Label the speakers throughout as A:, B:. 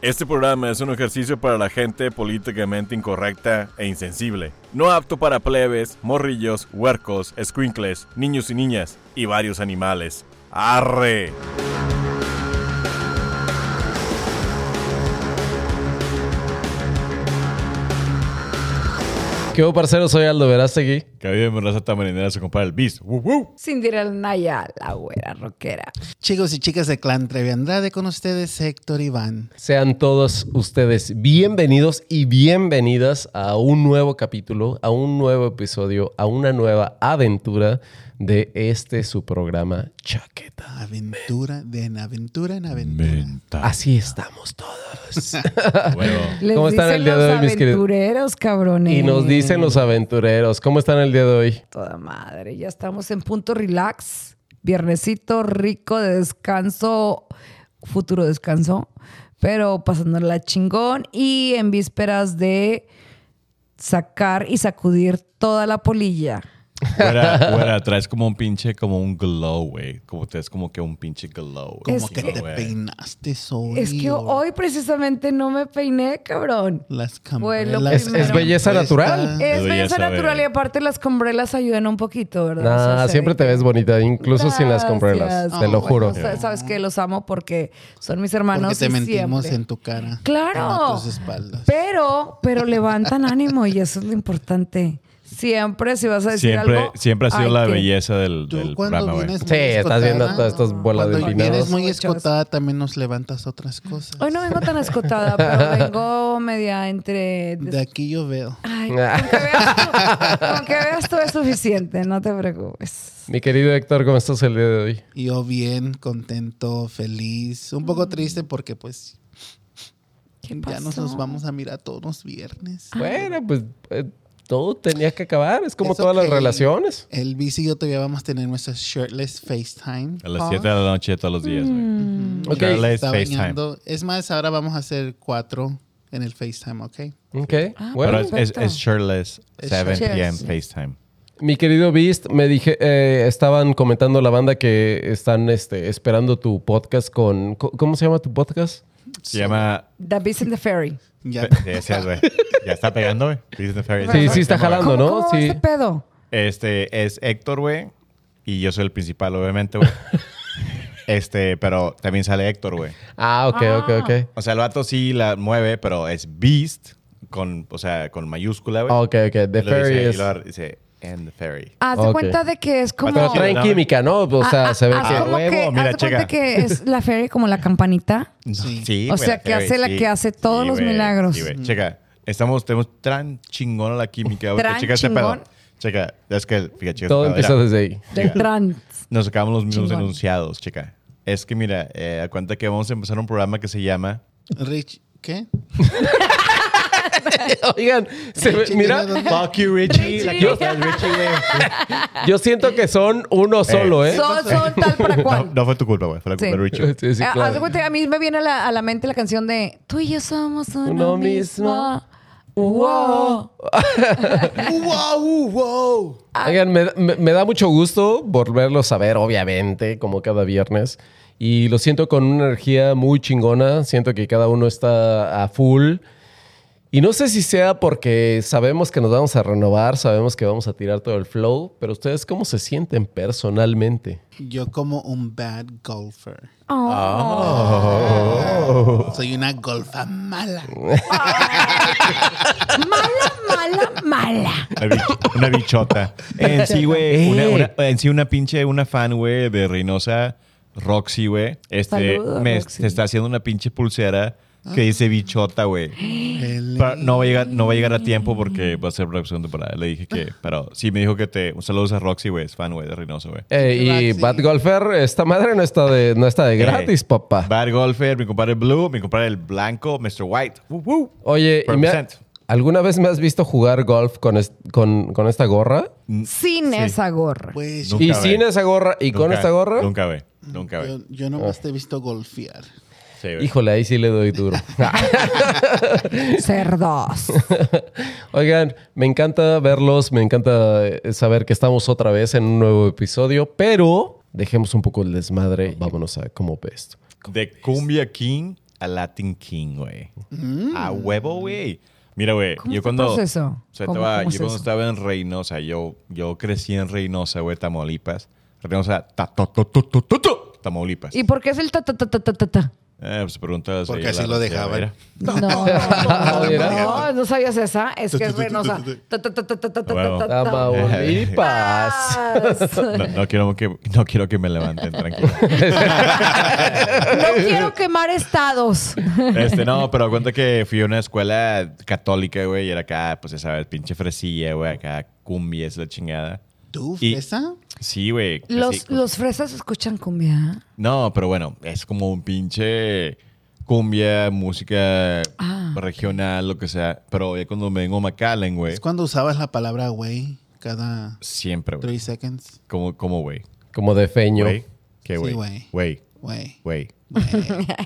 A: Este programa es un ejercicio para la gente políticamente incorrecta e insensible. No apto para plebes, morrillos, huercos, squinkles, niños y niñas y varios animales. ¡Arre!
B: ¿Qué hubo, parcero? Soy Aldo Verástegui.
A: Que vive en raza tamarinera se compara el bis. ¡Woo, woo!
C: Cinderella Naya, la güera rockera.
D: Chicos y chicas de Clan Trevi Andrade, con ustedes Héctor Iván.
B: Sean todos ustedes bienvenidos y bienvenidas a un nuevo capítulo, a un nuevo episodio, a una nueva aventura de este su programa Chaqueta.
D: Aventura de en aventura en aventura.
A: Menta.
B: Así estamos todos.
A: Huevo.
C: Les
B: ¿Cómo están
C: dicen
B: el día
C: los
B: de hoy, mis queridos?
C: aventureros, cabrones.
B: y nos dicen los aventureros, ¿cómo están el día de hoy?
C: Toda madre, ya estamos en punto relax. Viernesito rico de descanso, futuro descanso, pero pasándola chingón y en vísperas de sacar y sacudir toda la polilla.
A: Fuera, fuera, traes como un pinche, como un glow, güey. Como te es como que un pinche glow.
D: Como
C: Es
D: que
C: que-
D: te peinaste hoy.
C: Es que
D: o
C: hoy precisamente no me peiné, cabrón.
D: Las
C: Fue lo
D: campelas
C: primero. Eh, Es- es
B: belleza
D: puestas.
B: natural.
C: Es
A: Debería
C: belleza
A: saber.
C: natural y aparte las combrelas ayudan un poquito, ¿verdad? O sea,
B: Nah,
C: se
B: siempre
C: ve
B: te
C: que-
B: ves bonita, incluso sin las
C: Gracias.
B: comprelas, te lo
C: Ah,
B: juro.
C: bueno, sa- sabes que los amo porque son mis hermanos.
D: Porque te
C: y
D: mentimos
C: siempre.
D: en tu cara.
C: Claro.
D: A tus espaldas.
C: Pero, pero levantan ánimo y eso es lo importante. Siempre, si vas a decir
A: Siempre,
C: algo.
A: siempre ha sido
C: hay
A: la
C: que-
A: belleza del,
D: Tú
A: del
D: cuando
A: programa, güey.
D: vienes muy
B: Sí, estás viendo
D: escotada,
B: todas estas bolas de
D: Cuando vienes
B: empinados.
D: muy
C: Muchas.
D: escotada, también nos levantas otras cosas.
C: Hoy no vengo tan escotada, pero vengo media entre.
D: De aquí yo veo.
C: Ay, con que veas tú- con que veas tú es suficiente, no te preocupes.
B: Mi querido Héctor, ¿cómo estás el día de hoy?
D: Yo bien, contento, feliz. Un poco triste porque pues
C: Mm. ¿Qué
D: ya nos
C: pasó?
D: los vamos a mirar todos los viernes.
C: Ah.
B: Bueno, pues eh, todo tenía que acabar, es como
D: Es
B: todas
D: ok.
B: las relaciones.
D: El bici y yo todavía vamos a tener nuestras shirtless FaceTime.
A: A las 7 de la noche todos los días, güey.
C: Mm,
D: Ujú.
B: Mm. Ok.
D: Mira, se está
A: Shirtless
D: bañando. Es más, ahora vamos a hacer cuatro en el FaceTime, ¿ok?
B: Ok,
C: Ah,
B: bueno.
A: Pero es, es,
C: perfecto.
A: es shirtless,
D: Es
A: 7 p.m.
C: shirtless.
A: FaceTime.
B: Mi querido Beast, me dije, eh, estaban comentando la banda que están este, esperando tu podcast con, co- ¿cómo se llama tu podcast?
A: Se llama...
C: The Beast in the Ferry.
D: Ya.
A: Pe- sí, sí, güey. Ya está pegando, güey. Beast in the Fairy.
B: Sí, sí está
A: Cámara.
B: jalando, ¿no?
C: ¿Cómo va
B: Sí.
C: ese pedo?
A: Este es Héctor, güey. Y yo soy el principal, obviamente, güey. Este, pero también sale Héctor, güey.
B: Ah, ok, ok, ok.
A: O sea, el vato sí la mueve, pero es Beast con, o sea, con mayúscula, güey.
B: Ah, Ok, ok, The
A: Y lo dice-
B: Fairy
A: y
B: es...
A: lo dice, and the Fairy.
C: Haz de
B: Ok.
C: cuenta de que es como.
B: Pero traen
A: No.
B: química, ¿no? O sea,
C: Ah,
B: se ve
C: ah,
B: que...
C: como
A: huevo,
C: que,
A: mira,
C: haz de cuenta
A: checa.
C: que es la feria como la campanita.
D: Sí.
C: O sea,
A: la
C: que hace la que hace todos los
A: güey,
C: milagros.
A: sí, güey. Checa, estamos, tenemos tan chingón la química, güey. que
C: Tran
A: Checa este pedo.
C: chingón.
A: Checa, es que, fíjate, checa.
B: Todo
A: este pedo,
B: empieza
A: mira.
B: desde ahí.
C: Del
A: Chica.
C: trans.
A: Nos sacamos los mismos
C: Chingón.
A: enunciados, checa. Es que mira, eh, a cuenta que vamos a empezar un programa que se llama
D: Rich, ¿qué?
B: Oigan, se ve-
D: Richie,
B: mira,
D: mira dónde-
A: Fuck you, Richie. La que
C: Richie.
A: no estás, Richie, güey.
B: yo siento que son uno solo, ¿eh?
C: Son, son tal para
A: No,
C: cual.
A: no fue tu culpa, güey. Fue la culpa
C: Sí.
A: de Richie.
B: Sí, sí,
C: Ah,
B: claro.
C: haz de cuenta que a mí me viene a la, a la mente la canción de Tú y yo somos uno,
B: Uno
C: mismo.
B: mismo.
C: Wow.
D: ¡Wow! ¡Wow!
B: Oigan, me, me- me da mucho gusto volverlos a ver, obviamente, como cada viernes. Y lo siento con una energía muy chingona. Siento que cada uno está a full. Y no sé si sea porque sabemos que nos vamos a renovar, sabemos que vamos a tirar todo el flow, pero ustedes cómo se sienten personalmente.
D: Yo como un bad golfer.
C: Oh.
D: Soy una golfa mala.
A: Oh.
C: Mala, mala, mala.
A: Una, bich- una bichota. En sí,
B: Eh.
A: güey. Una, una- en sí, una pinche, una fan, güey, de Reynosa, Roxy, güey. Este,
C: Saludos,
A: me
C: Roxy.
A: se está haciendo una pinche pulsera que dice bichota, güey.
D: El-
A: Pa- No va, a llegar, no va a llegar a tiempo porque va a ser la segunda temporada. Le dije que, pero sí me dijo que te. Un saludo a Roxy, güey. Es fan, güey, de Reynosa, güey.
B: Eh, y
D: Roxy.
B: Bad Golfer, esta madre no está de, no está de gratis,
A: Eh,
B: papá.
A: Bad Golfer, mi compadre Blue, mi compadre el Blanco, Mr. White. Woo, woo.
B: Oye, y me ha-
A: Represent.
B: ¿alguna vez me has visto jugar golf con, es- con, con esta gorra?
C: Sin esa gorra.
D: Pues
A: No.
B: y
A: Nunca,
B: sin
A: güey.
B: esa gorra y con
A: Nunca-
B: esta gorra.
A: Nunca, güey. Nunca, güey.
D: yo, yo
B: Oh.
D: nomás te he visto golfear.
A: Sí, güey.
B: Híjole, ahí sí le doy duro. Ah,
C: Cerdos.
B: Oigan, me encanta verlos, me encanta eh, saber que estamos otra vez en un nuevo episodio, pero dejemos un poco el desmadre. Vámonos a cómo ves esto.
A: De Cumbia King a Latin King, güey. A huevo, güey. Mira, güey,
C: Mm. ¿Cómo
A: yo
C: fue el
A: cuando.
C: proceso?
A: o sea,
C: ¿Cómo-
A: estaba-
C: cómo
A: yo
C: es
A: cuando
C: eso?
A: estaba en Reynosa, yo, yo crecí en Reynosa, güey, Tamaulipas. Reynosa, ta, ta, ta, ta, ta, ta, ta, Tamaulipas.
C: ¿Y por qué es el ta ta ta ta ta ta? ta?
A: Eh, pues pregúntale
D: Porque así lo dejaban.
C: No, no,
B: Mira.
C: no, no sabías esa. Es que es Reynosa. Ta, ta, ta, ta, ta, ta, ta,
A: Huevo.
C: ta, ta. Ah.
B: Tamaulipas.
A: No, no quiero que, no quiero que me levanten, tranquilo.
C: No quiero quemar estados.
A: Este, no, pero cuenta que fui a una escuela católica, güey, y era acá, pues ya sabes, pinche fresilla, güey, acá cumbia, es la chingada.
D: ¿Tú,
A: Y-
D: fresa?
A: Sí, güey. así-
C: Los, los fresas escuchan cumbia.
A: No, pero bueno, es como un pinche cumbia, música
C: Ah,
A: regional, lo que sea. Pero ya cuando me vengo a McAllen, güey,
D: Es cuando usabas la palabra güey cada
A: siempre, güey.
D: 3 seconds.
A: ¿Cómo, cómo, güey?
B: Como de feño.
A: Güey. ¿Qué,
D: Sí,
A: güey?
D: güey.
A: Güey,
D: Güey.
A: güey.
D: güey.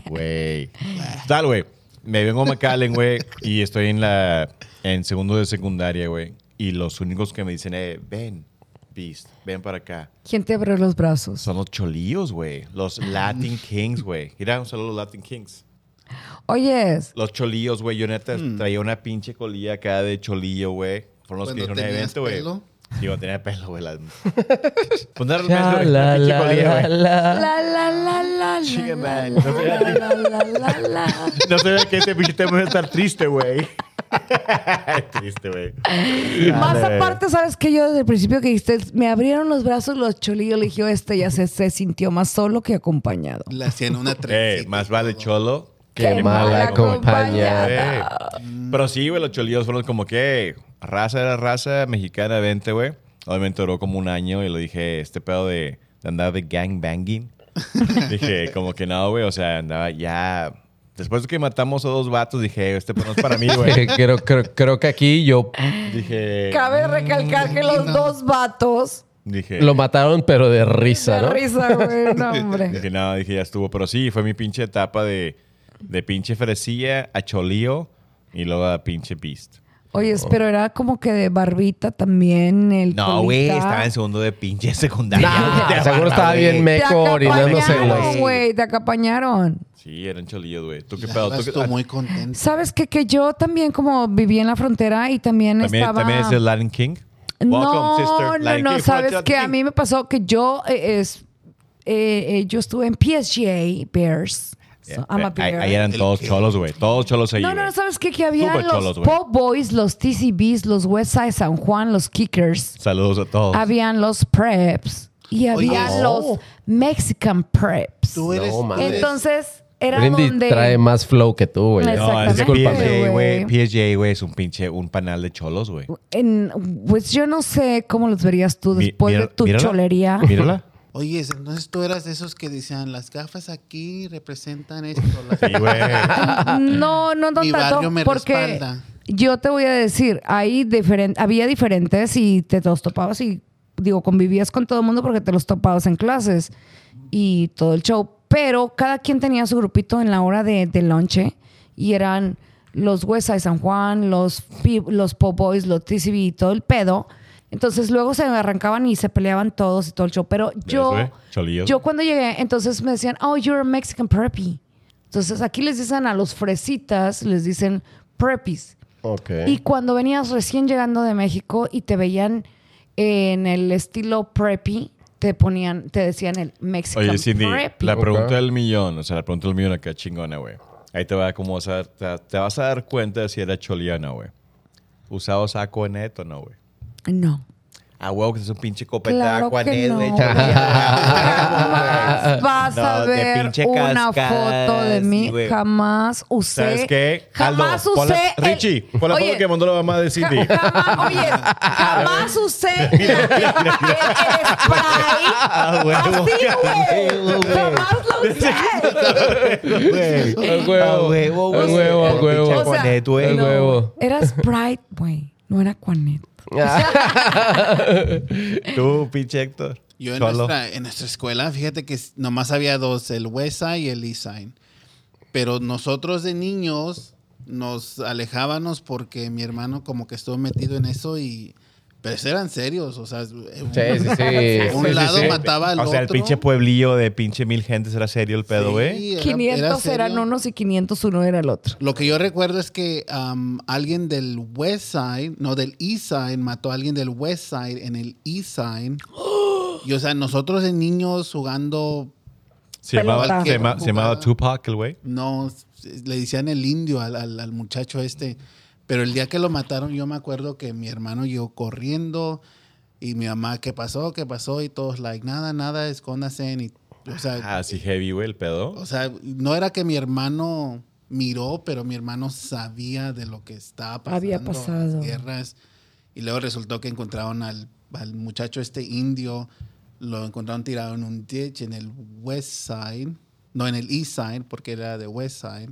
A: Güey. Tal, güey. Me vengo a McAllen, güey, y estoy en la en segundo de secundaria, güey. Y los únicos que me dicen, eh, ven, Beast, ven para acá.
C: ¿Quién te abrió los brazos?
A: Son los cholíos, güey. Los
D: Ah.
A: Latin Kings, güey. Mira, un saludo a los Latin Kings.
C: Oyes,
A: Los cholíos, güey. Yo neta
D: Hmm.
A: traía una pinche colilla acá de cholillo, güey. Fueron los que
D: Cuando
A: hicieron el
D: tenías
A: evento, güey.
D: pelo.
A: Digo, tenía pelo, güey. la- Pues no era el pelo,
B: Ya,
A: güey,
B: la,
A: la pinche
B: la,
A: colilla,
B: la,
A: güey.
C: la
B: la.
C: la la la la
A: Chica,
C: la
A: man.
C: la la la la la.
A: No se ve que este pinche tema va a estar triste, güey. triste, güey.
C: Más
A: Dale.
C: aparte, sabes que yo desde el principio que dijiste, me abrieron los brazos los cholillos, le dije, este ya se, se sintió más solo que acompañado.
D: Le hacían una
A: Eh,
D: trencita
A: más
D: y
A: vale
D: todo.
A: cholo
B: Qué mal
A: mala
B: acompañada.
A: Pero sí, güey, los cholillos fueron como que raza era raza mexicana, vente, güey. Obviamente duró como un año y le dije, este pedo de, de andar de gangbanging. dije, como que no, güey, o sea, andaba ya... Después de que matamos a dos vatos, dije, este pedo no es para mí, güey.
B: Creo, creo, creo que aquí yo
A: dije...
C: Cabe recalcar que los dos vatos.
A: Dije...
B: lo mataron, pero de risa,
C: La
B: ¿no?
C: risa, güey, no, hombre.
A: Dije, no, dije, ya estuvo. Pero sí, fue mi pinche etapa de, de pinche fresilla a cholío y luego a pinche beast.
C: Oyes, pero era como que de barbita también el
A: No, güey,
C: colita.
A: estaba en segundo de pinche secundaria.
B: Nah,
A: Te
B: seguro
A: agarra,
B: estaba
A: güey.
B: bien
C: Te
B: meco orinándose en
C: acapañaron,
B: los...
C: güey, te acapañaron.
A: Sí, eran cholillos, güey. ¿Tú qué
D: La
A: pedo?
D: verdad,
A: ¿Tú qué-
D: Estuvo
A: ah,
D: muy contento.
C: ¿Sabes qué? Que yo también como viví en la frontera y también,
A: ¿También,
C: estaba...
A: ¿También es el Latin King?
C: no,
A: Welcome, sister.
C: no,
A: Latin
C: no,
A: King.
C: sabes
A: Welcome,
C: que a
A: King.
C: mí me pasó que yo eh, es eh, eh, yo estuve en PSGA Bears. So,
A: Yeah. eh,
C: I'm a
A: Ahí-
C: bear.
A: Ahí eran
D: El
A: todos
D: King.
A: cholos, güey. Todos cholos ahí,
C: no, no,
A: güey.
C: no, sabes qué? que había
A: Súper
C: los
A: cholos, güey.
C: Po Boys, los TCBs, los Westside San Juan, los Kickers,
A: Saludos a todos.
C: habían los Preps y había
D: Oye,
C: los Mexican Preps.
D: Tú eres.
B: No,
D: tú
B: mames.
D: eres-
C: Entonces era
B: Brindy
C: donde
B: trae más flow que tú, güey.
C: No,
A: No, es que
C: Exactamente,
A: PSJ, güey.
C: güey.
A: PSJ, güey, es un pinche, un panal de cholos, güey.
C: en- pues yo no sé cómo los verías tú
A: Mi-
C: después
A: mira-
C: de tu
A: mírala,
C: cholería.
A: Mírala.
D: Oye, entonces tú eras de esos que decían las gafas aquí representan esto. las-
A: Sí, güey.
C: No, no, no
D: Mi
C: tanto,
D: barrio me
C: porque
D: respalda.
C: yo te voy a decir, hay diferen- había diferentes y te los topabas y digo, convivías con todo el mundo porque te los topabas en clases y todo el show, pero cada quien tenía su grupito en la hora de, de lonche y eran los Huesa de San Juan, los, Pi- los Pop Boys, los TCB y todo el pedo. Entonces luego se arrancaban y se peleaban todos y todo el show, pero yo
A: güey? Cholillos.
C: yo cuando llegué, entonces me decían, oh, you're a Mexican preppy. Entonces aquí les dicen a los fresitas, les dicen preppies.
B: Ok.
C: Y cuando venías recién llegando de México y te veían en el estilo preppy, te ponían, te decían el Mexican
A: Oye, Cindy,
C: preppy.
A: la pregunta
B: Ok.
A: del millón, o sea, la pregunta del millón acá chingona, güey. Ahí te, va, como vas a, te, te vas a dar cuenta de si era choliana, güey. ¿Usado saco en neto o no, güey?
C: No.
A: Ah, huevo, que es un pinche copete Pues de pues,
C: Claro
A: agua
C: que
A: net,
C: no,
A: güey.
C: güey. Jamás vas a
A: No, de
C: ver
A: pinche
C: una
A: cascada,
C: foto de mí.
A: sí, güey.
C: jamás usé.
A: ¿Sabes qué? Aldo,
C: Jamás
A: pon la-
C: usé. el-
A: Richie, pon la
C: Oye,
A: foto que mandó la mamá de
C: Ja-
A: Cindy.
C: jamás- oye, jamás usé la- el, el spray.
A: Ah,
C: Así,
A: huevo,
C: güey. Jamás lo usé.
A: güey.
B: El huevo.
A: Ah, huevo,
B: El
A: güey.
B: huevo, el
A: Pinche
B: huevo.
A: agua
C: O sea,
A: net, güey.
B: El
C: no,
B: huevo.
C: Era Sprite, güey. No era Quanet.
A: Tú, pinche Héctor.
D: Yo en
A: Cholo.
D: nuestra, en nuestra escuela, fíjate que s- nomás había dos, el Westside y el Eastside. Pero nosotros de niños nos alejábamos porque mi hermano como que estuvo metido en eso y Pero eran serios, o sea, un,
B: Sí, sí, sí.
D: un
B: Sí, sí,
D: lado
B: sí.
D: mataba al
A: O
D: otro.
A: sea, el pinche pueblillo de pinche mil gentes era serio el pedo,
D: Sí,
A: güey.
D: era-
C: 500
D: era
C: eran
D: serio.
C: unos y 501 era el otro.
D: Lo que yo recuerdo es que am, alguien del West Side, no del East Side, mató a alguien del West Side en el East Side. Y o sea, nosotros de niños jugando,
A: Se llamaba,
C: Pelota.
A: se, llama- se llamaba Tupac, el güey.
D: no, le decían el indio al, al- al muchacho este. Pero el día que lo mataron, yo me acuerdo que mi hermano llegó corriendo y mi mamá, ¿qué pasó? ¿Qué pasó? Y todos, like, nada, nada, escóndase. Y, o sea,
A: Ah, sí, heavy, güey, el pedo.
D: O sea, no era que mi hermano miró, pero mi hermano sabía de lo que estaba pasando.
C: Había pasado.
D: las Guerras. Y luego resultó que encontraron al, al muchacho este indio, lo encontraron tirado en un ditch en el West Side, no en el East Side, porque era de West Side.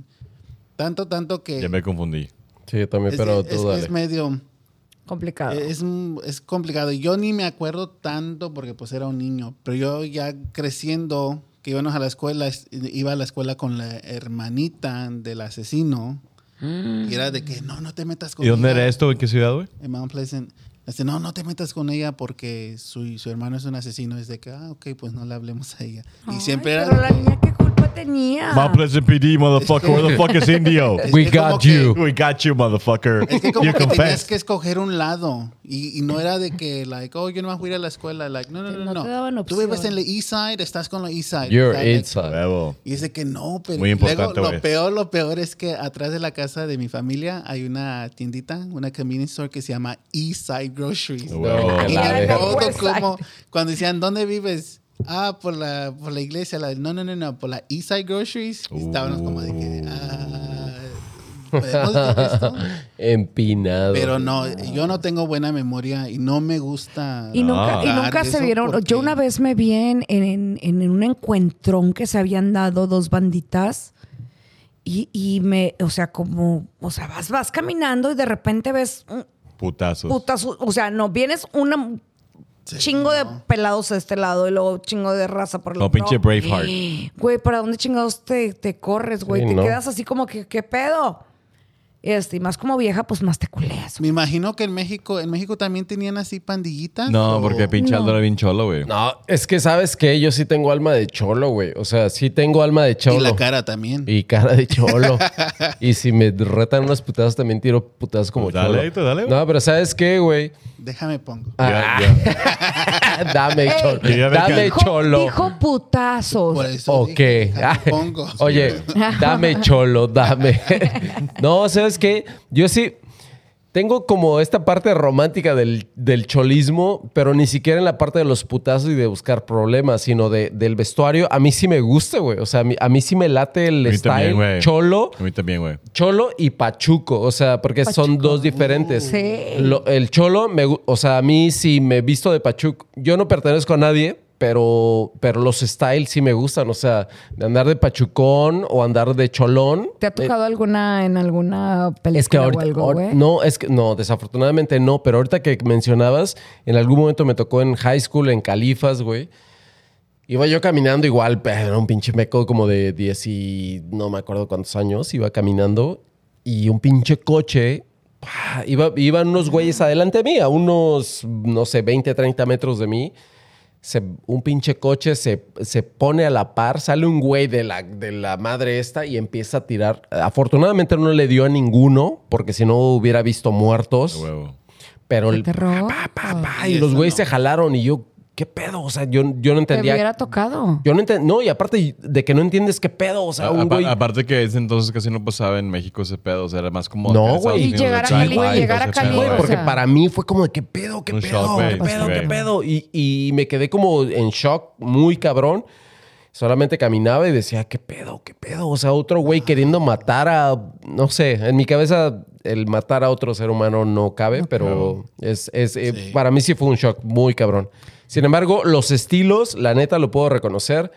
D: Tanto, tanto que...
E: Ya me confundí.
B: Sí, yo también,
D: es,
B: pero
D: es-
B: tú
D: es-
B: dale.
D: es medio...
C: Complicado.
D: Es, es complicado. Yo ni me acuerdo tanto porque pues era un niño, pero yo ya creciendo, que íbamos a la escuela, es- iba a la escuela con la hermanita del asesino. Y era de que, no, no te metas con
A: ¿Y dónde
D: ella".
A: era esto? ¿En qué ciudad, güey?
D: En Mount Pleasant. Dice, no, no te metas con ella porque su, su hermano es un asesino. Es de que, ah, ok, pues no le hablemos a ella. Y
C: Ay,
D: siempre era...
C: Pero la niña, ¿qué culpa tenía?
A: Mount Pleasant PD, motherfucker. Where the fuck is Indio?
D: es
B: We
D: que como
B: got
D: que-
B: you.
A: We got you, motherfucker.
D: Es que como
A: you
D: que tenías
A: confess.
D: que escoger un lado y, y no era de que, like, oh, yo no voy a ir a la escuela. Like, no, no,
C: Que
D: no,
C: no
D: no.
C: te daban
D: Tú vives en
C: opción.
D: la East Side, estás con la East Side.
B: You're
D: Like,
B: inside.
A: Huevo.
D: Y dice que no, pero
A: Muy
D: y luego
A: importante,
D: lo
A: güey.
D: peor, lo peor es que atrás de la casa de mi familia hay una tiendita, una convenience store que se llama East Side Groceries.
A: Huevo.
B: No,
D: Y
B: la
C: Claro,
D: era
B: verga.
D: todo
C: West Side.
D: como cuando decían, ¿dónde vives? Ah, por la, por la iglesia. La, no, no, no, no, por la East Side Groceries. Y estábamos como de que, ah, ¿podemos ver esto?
B: Empinado.
D: Pero no, yo no tengo buena memoria y no me gusta.
C: Y nunca,
A: Ah.
C: y nunca
D: Ah,
C: se
D: eso
C: vieron.
D: porque-
C: Yo una vez me vi en, en- en un encuentrón que se habían dado dos banditas. Y, y me, o sea, como, o sea, vas, vas caminando y de repente ves un
A: Putazos.
C: putas, o sea, no, vienes una
D: Pues Sí,
C: chingo de
D: no.
C: pelados a este lado y luego chingo de raza por el
A: No,
C: otro.
A: pinche Braveheart.
C: Güey, ¿para dónde chingados te, te corres, güey?
B: Sí,
C: te
B: no.
C: quedas así como que, ¿qué pedo? Este, y más como vieja, pues más te culeas. güey.
D: Me imagino que en México, en México también tenían así pandillitas.
A: No,
D: o-
A: porque pinche Aldo
C: No.
A: era bien cholo, güey.
B: No, es que sabes que yo sí tengo alma de cholo, güey. O sea, sí tengo alma de cholo.
D: Y la cara también.
B: Y cara de cholo. y si me retan unas putadas, también tiro putadas como
A: Pues dale, tú
B: cholo.
A: dale, güey.
B: no, pero ¿sabes qué, güey?
D: Déjame pongo.
B: Ah, dame
C: Ey,
B: cholo.
A: Quería ver
B: Dame
A: que-
C: Dijo-
B: cholo.
C: Dijo putazos.
D: Por eso
B: Ok.
D: dije,
B: Ah,
D: déjame pongo.
B: Oye, dame cholo, dame. no, ¿sabes qué? Yo sí tengo como esta parte romántica del, del cholismo, pero ni siquiera en la parte de los putazos y de buscar problemas, sino de, del vestuario. A mí sí me gusta, güey. O sea, a mí, a mí sí me late el
A: A mí
B: style
A: también, güey.
B: cholo.
A: A mí también, güey.
B: Cholo y Pachuco, o sea, porque son
C: Pachuco.
B: dos diferentes.
C: Sí.
B: Lo- el Cholo, me gu- o sea, a mí sí me visto de Pachuco. Yo no pertenezco a nadie, pero, pero los styles sí me gustan, o sea, de andar de Pachucón o andar de Cholón.
C: ¿Te ha tocado alguna en alguna película
B: Eh, Es que
C: o
B: ahorita,
C: algo,
B: ahor-
C: güey?
B: no, es que no, desafortunadamente no, pero ahorita que mencionabas, en algún momento me tocó en high school, en Califas, güey. Iba yo caminando igual, pero era un pinche meco como de 10 y no me acuerdo cuántos años, iba caminando y un pinche coche, ¡pah! iba, iban unos güeyes adelante de mí, a unos, no sé, 20, 30 metros de mí. Se- un pinche coche se, se pone a la par, sale un güey de la, de la madre esta y empieza a tirar. Afortunadamente no le dio a ninguno, porque si no hubiera visto muertos.
A: Ah, Huevo.
B: Pero
C: ¿Qué
B: el-
C: terror?
B: pa,
D: Y
B: y
D: eso
B: los güeyes se
D: no.
B: jalaron y yo, ¿qué pedo? O sea, yo, yo no
C: Te
B: entendía.
C: hubiera tocado.
B: Yo no enten- no, y aparte de que no entiendes qué pedo, o sea,
A: A-
B: un
A: Ah, apa-
B: güey...
A: Aparte que ese entonces casi no pasaba en México ese pedo, o sea, era más como...
B: No,
A: acá en Estados
B: güey. Y
A: Unidos,
C: llegar a
A: de
C: Cali,
A: Chihuahua y
C: llegar
A: todo
C: a
A: ese
C: Cali,
A: pedo,
B: Güey,
C: o
A: güey.
B: porque
C: sea.
B: para mí fue como de qué pedo, qué
A: Un
B: pedo,
A: shock,
B: qué
A: güey,
B: pedo,
A: güey.
B: qué pedo. Y, y me quedé como en shock, muy cabrón. Solamente caminaba y decía, qué pedo, qué pedo. O sea, otro güey queriendo matar a, no sé, en mi cabeza el matar a otro ser humano no cabe, pero es, es eh,
D: Sí.
B: para mí sí fue un shock muy cabrón. Sin embargo, los estilos, la neta, lo puedo reconocer.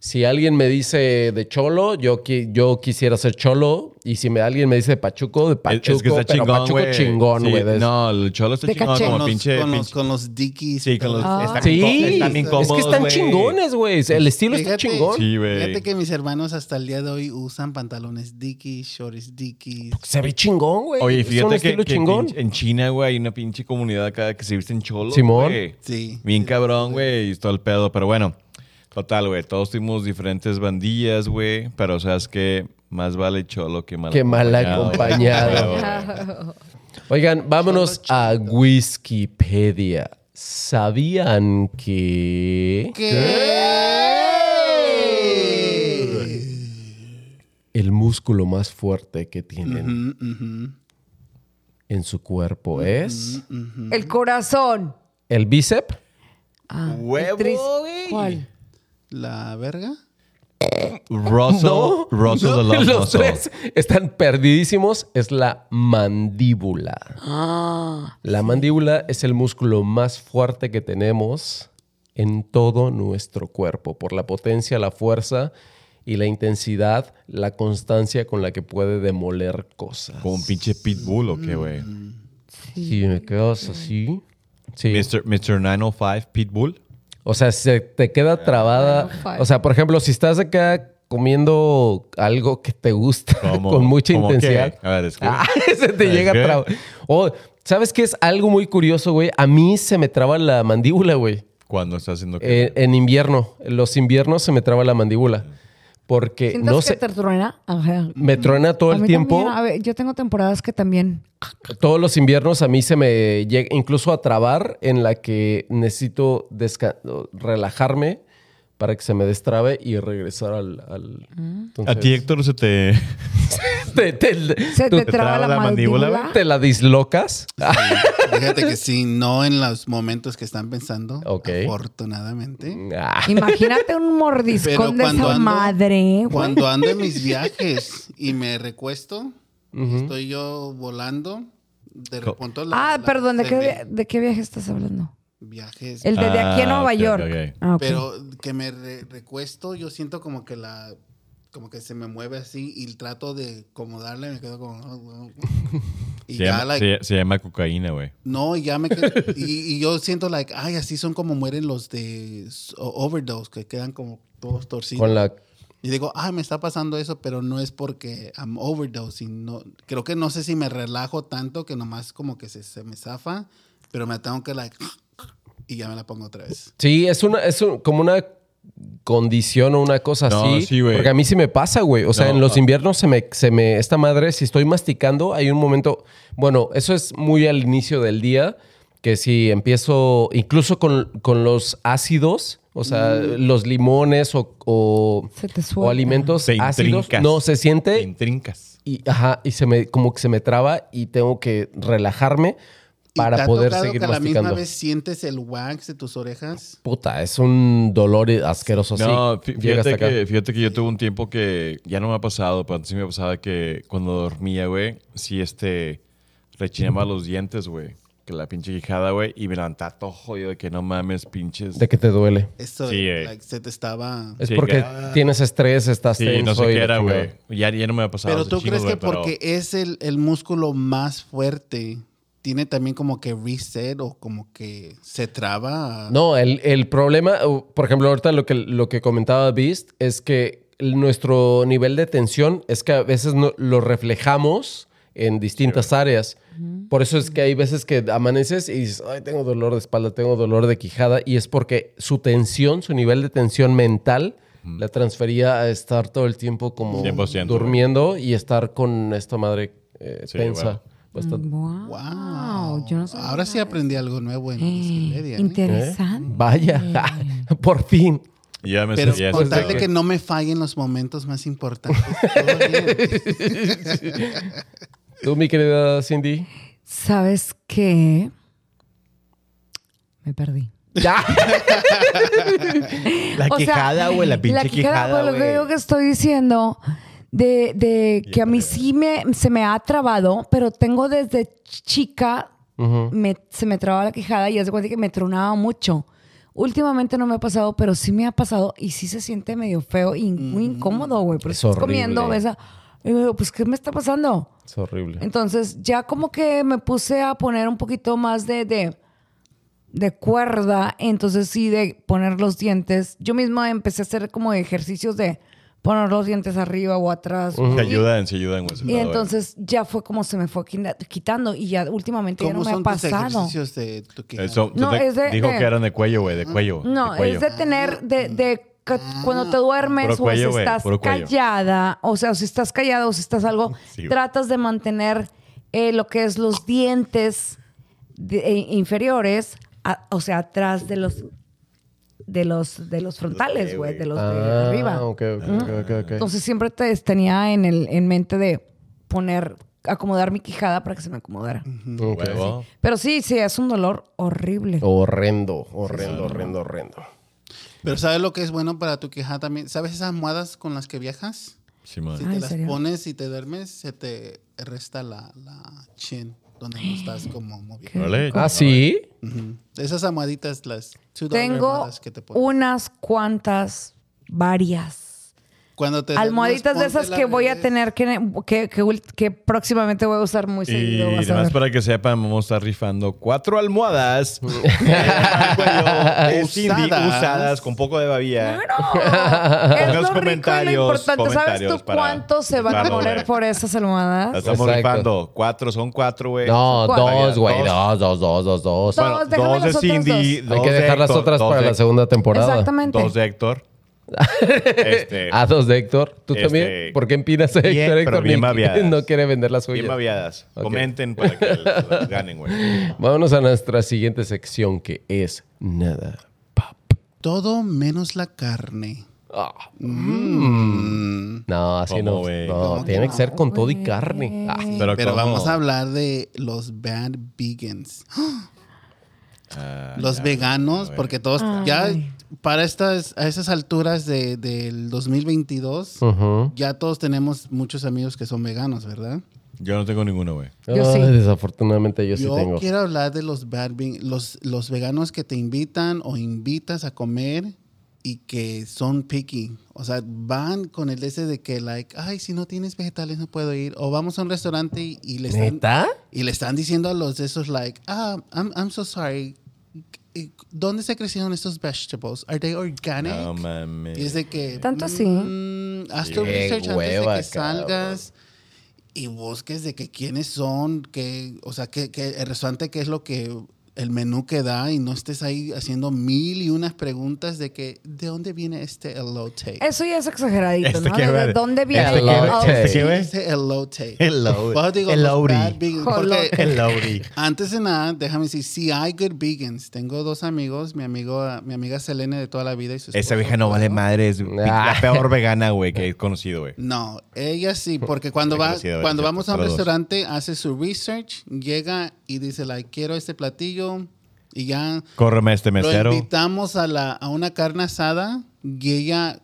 B: Si alguien me dice de cholo, yo, qui- yo quisiera ser cholo. Y si me, alguien me dice de pachuco, de
A: Es-
B: pachuco.
A: es que está
B: pero
A: chingón,
B: pachuco
A: güey.
B: chingón,
A: Sí,
B: güey. de-
A: no, el cholo está
C: De
A: chingón
C: caché.
A: como
D: Con los,
A: pinche...
D: con los-
A: pinche-
D: con los dickies.
A: sí, con los...
C: Ah.
A: están
B: Sí,
A: co- están bien
B: es que
A: cómodos,
B: están
A: güey.
B: chingones, güey. El estilo está
D: Fíjate.
B: chingón.
A: Sí, güey.
D: Fíjate que mis hermanos hasta el día de hoy usan pantalones dickies, shorts dickies.
B: Se ve chingón, güey.
A: Oye,
B: es un
A: fíjate que,
B: estilo
A: que
B: chingón.
A: pinche- en China, güey, hay una pinche comunidad acá que se visten cholos,
B: Simón.
A: güey.
D: Sí.
A: Bien cabrón, güey, y todo el pedo. Pero bueno, total, güey. Todos tuvimos diferentes bandillas, güey. Pero, o sea, es que más vale cholo que mal
B: Qué mal acompañado.
A: güey.
B: Oigan, vámonos a Whiskypedia. ¿Sabían que
D: ¿Qué?
B: el músculo más fuerte que tienen
D: Mm, ujú.
B: en su cuerpo es
C: El corazón.
B: el bíceps?
C: Ah, el
A: Huevo,
C: tris-
A: güey.
C: ¿Cuál?
D: ¿La verga?
A: Russell, Russell
B: no,
A: the Love
B: los
A: Muscle.
B: tres están perdidísimos. Es la mandíbula. La mandíbula es el músculo más fuerte que tenemos en todo nuestro cuerpo por la potencia, la fuerza y la intensidad, la constancia con la que puede demoler cosas.
A: Como un pinche pitbull o qué, güey.
B: Mm. Si me quedas así. Sí.
A: Mr. Mr. 905 Pitbull.
B: O sea, se te queda trabada.
C: Fine.
B: O sea, por ejemplo, si estás acá comiendo algo que te gusta
A: ¿Cómo?
B: con mucha
A: ¿Cómo qué?
B: intensidad.
A: A ver, escribe.
B: Ah, se te
A: ¿Es
B: llega
A: qué?
B: trabada. O, ¿sabes qué es algo muy curioso, güey? A mí se me traba la mandíbula, güey.
A: Cuando está haciendo que...
B: Eh, en invierno. En los inviernos se me traba la mandíbula. Porque
C: ¿Sientes
B: Eh, no
C: que
B: sé.
C: te truena? Ajá.
B: Me truena todo
C: A
B: el
C: mí
B: tiempo.
C: también, a ver, yo tengo temporadas que también.
B: Todos los inviernos a mí se me llega incluso a trabar en la que necesito desca- relajarme para que se me destrabe y regresar al... al-
C: Mm.
A: A ti,
B: eh, Entonces,
A: Héctor, se te...
B: te, te-
C: Se
B: tú
C: te, Ah. traba la, mandíbula.
B: te la dislocas.
D: Fíjate que sí, no en los momentos que están pensando.
B: Ok.
D: Afortunadamente.
B: Ah,
C: Imagínate un
D: Pero
C: mordiscón de
D: cuando
C: esa
D: ando-
C: madre. güey.
D: Cuando ando en mis viajes y me recuesto,
B: ujú.
D: estoy yo volando. De
A: Co-
D: repente la-
C: Ah,
D: la-
C: perdón, ¿de
D: se
C: qué,
D: ve
C: via- ¿de qué viaje estás hablando?
D: Viajes.
C: El de, de aquí a
A: Ah,
C: Nueva
A: ok,
C: York.
A: ok, ok.
C: Ah, ok.
D: Pero que me re- recuesto, yo siento como que la como que se me mueve así y trato de acomodarla y me quedo como "Oh, y
A: Se
D: ya
A: llama,
D: like,
A: se- se llama cocaína, güey.
D: no, y ya me quedo y, y yo siento like, ay, así son como mueren los de s- o- overdose que quedan como todos torcidos.
B: Con la...
D: Y digo, ay, me está pasando eso, pero no es porque I'm overdosing. No, creo que no sé si me relajo tanto que nomás como que se, se me zafa, pero me tengo que like y ya me la pongo otra vez.
B: Sí, es, una, es un- como una condición o una cosa
A: No,
B: así.
A: sí, güey.
B: porque a mí sí me pasa, güey. O sea,
A: No,
B: en los
A: ah.
B: inviernos se me, se me... Esta madre, si estoy masticando, hay un momento... Bueno, eso es muy al inicio del día, que si empiezo incluso con, con los ácidos, o sea,
D: Mm.
B: los limones o, o,
C: Se te
B: o
C: suelta.
B: alimentos
A: Te
B: ácidos,
A: intrincas.
B: no, se siente
A: Te intrincas.
B: y, ajá, y se me, como que se me traba y tengo que relajarme
D: ¿Y te
B: para
D: ha
B: poder
D: tocado
B: seguir
D: que a la
B: masticando.
D: misma vez sientes el wax de tus orejas?
B: Puta, es un dolor asqueroso. sí.
A: No, fí-
B: Llega hasta
A: fíjate
B: acá.
A: que, fíjate que yo tuve un tiempo que ya no me ha pasado, pero antes sí me pasaba que cuando dormía, güey, sí este rechinaba los dientes, güey, que la pinche quijada, güey, y me levantaba todo jodido de que no mames, pinches.
B: De que te duele.
D: Eso
A: Sí, eh.
D: like, se te estaba...
B: Es
A: Sí,
B: porque
A: ya.
B: tienes estrés, estás
A: sí,
B: tenso.
A: no sé
B: y
A: qué
B: la
A: era,
B: chingada.
A: güey. Ya, ya no me ha pasado.
D: Pero
A: hace
D: tú
A: chingos,
D: crees que
A: güey, pero-
D: porque es el, el músculo más fuerte, tiene también como que reset o como que se traba.
B: No, el, el problema, o, por ejemplo, ahorita lo que, lo que comentaba Beast es que el- nuestro nivel de tensión es que a veces no- lo reflejamos en distintas áreas. Por eso es que hay veces que amaneces y dices, ay, tengo dolor de espalda, tengo dolor de quijada, y es porque su tensión, su nivel de tensión mental, la transfería a estar todo el tiempo como
A: 100%, güey.
B: durmiendo y estar con esta madre eh,
A: Sí,
B: tensa. Bastante.
C: Wow.
D: Wow.
C: Mm, Yo no sabía
D: Ahora sí aprendí algo nuevo en
C: Eh,
D: Wikipedia. ¿eh?
C: interesante.
B: Vaya, por fin.
A: Ya me
D: Pero
A: sabía
D: con
A: eso,
D: tal de
A: güey.
D: que no me fallen los momentos más importantes. todo bien.
B: Tú, mi querida Cindy.
A: ¿Eh?
C: ¿Sabes qué? Me perdí.
B: Ya.
A: La
C: O sea,
A: quijada, güey, la pinche
C: la
A: quijada,
C: güey, Lo que
A: güey.
C: digo que estoy diciendo de, de que a mí sí me, se me ha trabado, pero tengo desde chica,
B: Ujú.
C: me- se me traba la quijada y hace cuenta que me tronaba mucho. Últimamente no me ha pasado, pero sí me ha pasado y sí se siente medio feo y muy incómodo, güey. Porque
B: Es
C: estás
B: horrible.
C: comiendo, ves a- y yo digo, pues, ¿qué me está pasando?
B: Es horrible.
C: Entonces, ya como que me puse a poner un poquito más de, de, de cuerda, entonces sí, de poner los dientes. Yo misma empecé a hacer como ejercicios de poner los dientes arriba o atrás.
A: Te
C: Y-
A: ayudan, se ayudan, güey. esa
C: Y
A: palabra.
C: entonces ya fue como se me fue quina- quitando y ya últimamente ya no
D: ¿Cómo
C: me ha
D: son tus
C: pasado.
D: ejercicios de tu quijada?
A: Eh, son-
C: No,
A: te-
C: es de-
A: dijo
C: de-
A: que eran de cuello, güey, de cuello.
C: No,
A: de cuello.
C: es de tener, de, de ca- cuando te duermes
A: Puro cuello,
C: o si
A: güey,
C: estás
A: puro cuello.
C: callada, o sea, o si estás callada o si estás algo,
A: Sí, güey.
C: tratas de mantener eh, lo que es los dientes de- eh, inferiores, a- o sea, atrás de los de los de los frontales, güey, de los de arriba.
B: Ah, ok, ok, ok, ok.
C: Entonces siempre te tenía en el en mente de poner acomodar mi quijada para que se me acomodara.
B: Ok.
A: Huevo.
C: Pero sí, sí, es un dolor horrible.
B: Horrendo, horrendo, horrendo, horrendo.
D: Pero ¿sabes lo que es bueno para tu quijada también? ¿Sabes esas almohadas con las que viajas?
A: Simón.
D: Si
C: Ah,
D: te
C: ¿en
D: las
C: serio?
D: pones y te duermes, se te resta la, la chin donde no estás como moviendo.
A: Órale.
B: Ah, sí.
D: Ujú. Esas almohaditas, las $2
C: Tengo
D: almohadas que te pones.
C: unas cuantas, varias.
D: Cuando te duermes,
C: Almohaditas de esas
D: póntela
C: que
D: al
C: voy a
D: revés.
C: tener que, que, que ult- que próximamente voy a usar muy
A: Y
C: seguido. vas a
A: además
C: ver.
A: para que sepan, vamos a estar rifando cuatro almohadas de cuello, de Cindy,
D: Usadas.
A: usadas, con poco de babilla.
C: Claro. es
A: Pongan
C: lo
A: los
C: rico y lo
A: comentarios,
C: importante. ¿Sabes
A: comentarios
C: tú
A: para-
C: cuánto se va a
A: Claro,
C: poner
A: güey.
C: por esas
A: Las
C: almohadas?
A: estamos
B: Exacto.
A: rifando. Cuatro, son cuatro, güey.
B: No,
C: ¿Cuál?
B: dos, güey.
A: Dos.
B: Dos, dos, dos, dos, dos.
C: Dos, déjame
A: dos
C: las
A: de
C: otras
A: Cindy.
C: dos.
A: dos
B: Hay que
A: de
B: dejar las
A: Héctor,
B: otras
A: dos
B: para
A: de-
B: la segunda temporada.
C: Exactamente.
A: Dos de Héctor. Este,
B: Ah, dos de Héctor. ¿Tú
A: Este,
B: también? ¿Por qué empinas a Héctor?
A: bien, pero
B: Héctor
A: bien
B: ni-
A: babeadas.
B: no quiere vender las
A: bien
B: suyas.
A: babiadas.
B: Ok.
A: Comenten para que las ganen, güey.
B: Vámonos a nuestra siguiente sección que es nada. Pop.
D: Todo menos la carne.
B: Ah.
D: Mm.
B: No, así
A: ¿Cómo,
B: no.
A: güey?
B: No,
D: ¿Cómo
B: tiene que ser con todo y
C: güey?
B: carne. Ah,
A: Pero,
D: Pero
A: ¿cómo?
D: vamos a hablar de los bad vegans.
A: Ah,
D: Los veganos, porque todos ya
C: Ay.
D: para estas a esas alturas de- del 2022
B: ujú.
D: ya todos tenemos muchos amigos que son veganos, ¿verdad?
A: Yo no tengo ninguno, güey.
C: Yo
B: Ay,
C: sí.
B: Desafortunadamente yo sí
D: Yo
B: tengo.
D: quiero hablar de los bad ve- los los veganos que te invitan o invitas a comer y que son picky, o sea, van con el ese de que like, ay, si no tienes vegetales no puedo ir o vamos a un restaurante y, y le están
B: ¿Neta?
D: Y le están diciendo a los de esos, like, ah, I'm, I'm so sorry. ¿Dónde se crecieron estos vegetables? ¿Are they organic?
A: No mames.
D: y es de que.
C: Tanto así.
D: mm, haz tu
B: Qué
D: research
B: hueva,
D: antes de que
B: cabrón.
D: salgas y busques de que quiénes son, que, o sea, que, que el restaurante qué es lo que el menú que da y no estés ahí haciendo mil y unas preguntas de que de dónde viene este elote.
C: Eso ya es exageradito,
A: Este
C: ¿no?
A: que
C: ¿De
A: verde.
C: dónde viene?
B: Este que-
C: Oh,
B: este
C: sí.
A: que ve-
D: Este elote.
A: Hello.
D: Por eso digo, los bad vegan, porque-
A: Lowry.
D: Antes de nada, déjame decir, sí hay good vegans. Tengo dos amigos, mi amigo, mi amiga Selene de toda la vida y su
A: Esa
D: esposo,
A: vieja no vale
D: claro.
A: madre. Es
B: Ah.
A: la peor vegana, güey, que he conocido, güey.
D: No, ella sí, porque cuando va,
A: Desgraciada,
D: cuando
A: ¿verdad?
D: vamos a un
A: Para dos.
D: restaurante hace su research, llega y dice, like, quiero este platillo y ya
A: Córreme a este mesero.
D: lo invitamos a la a una carne asada y ella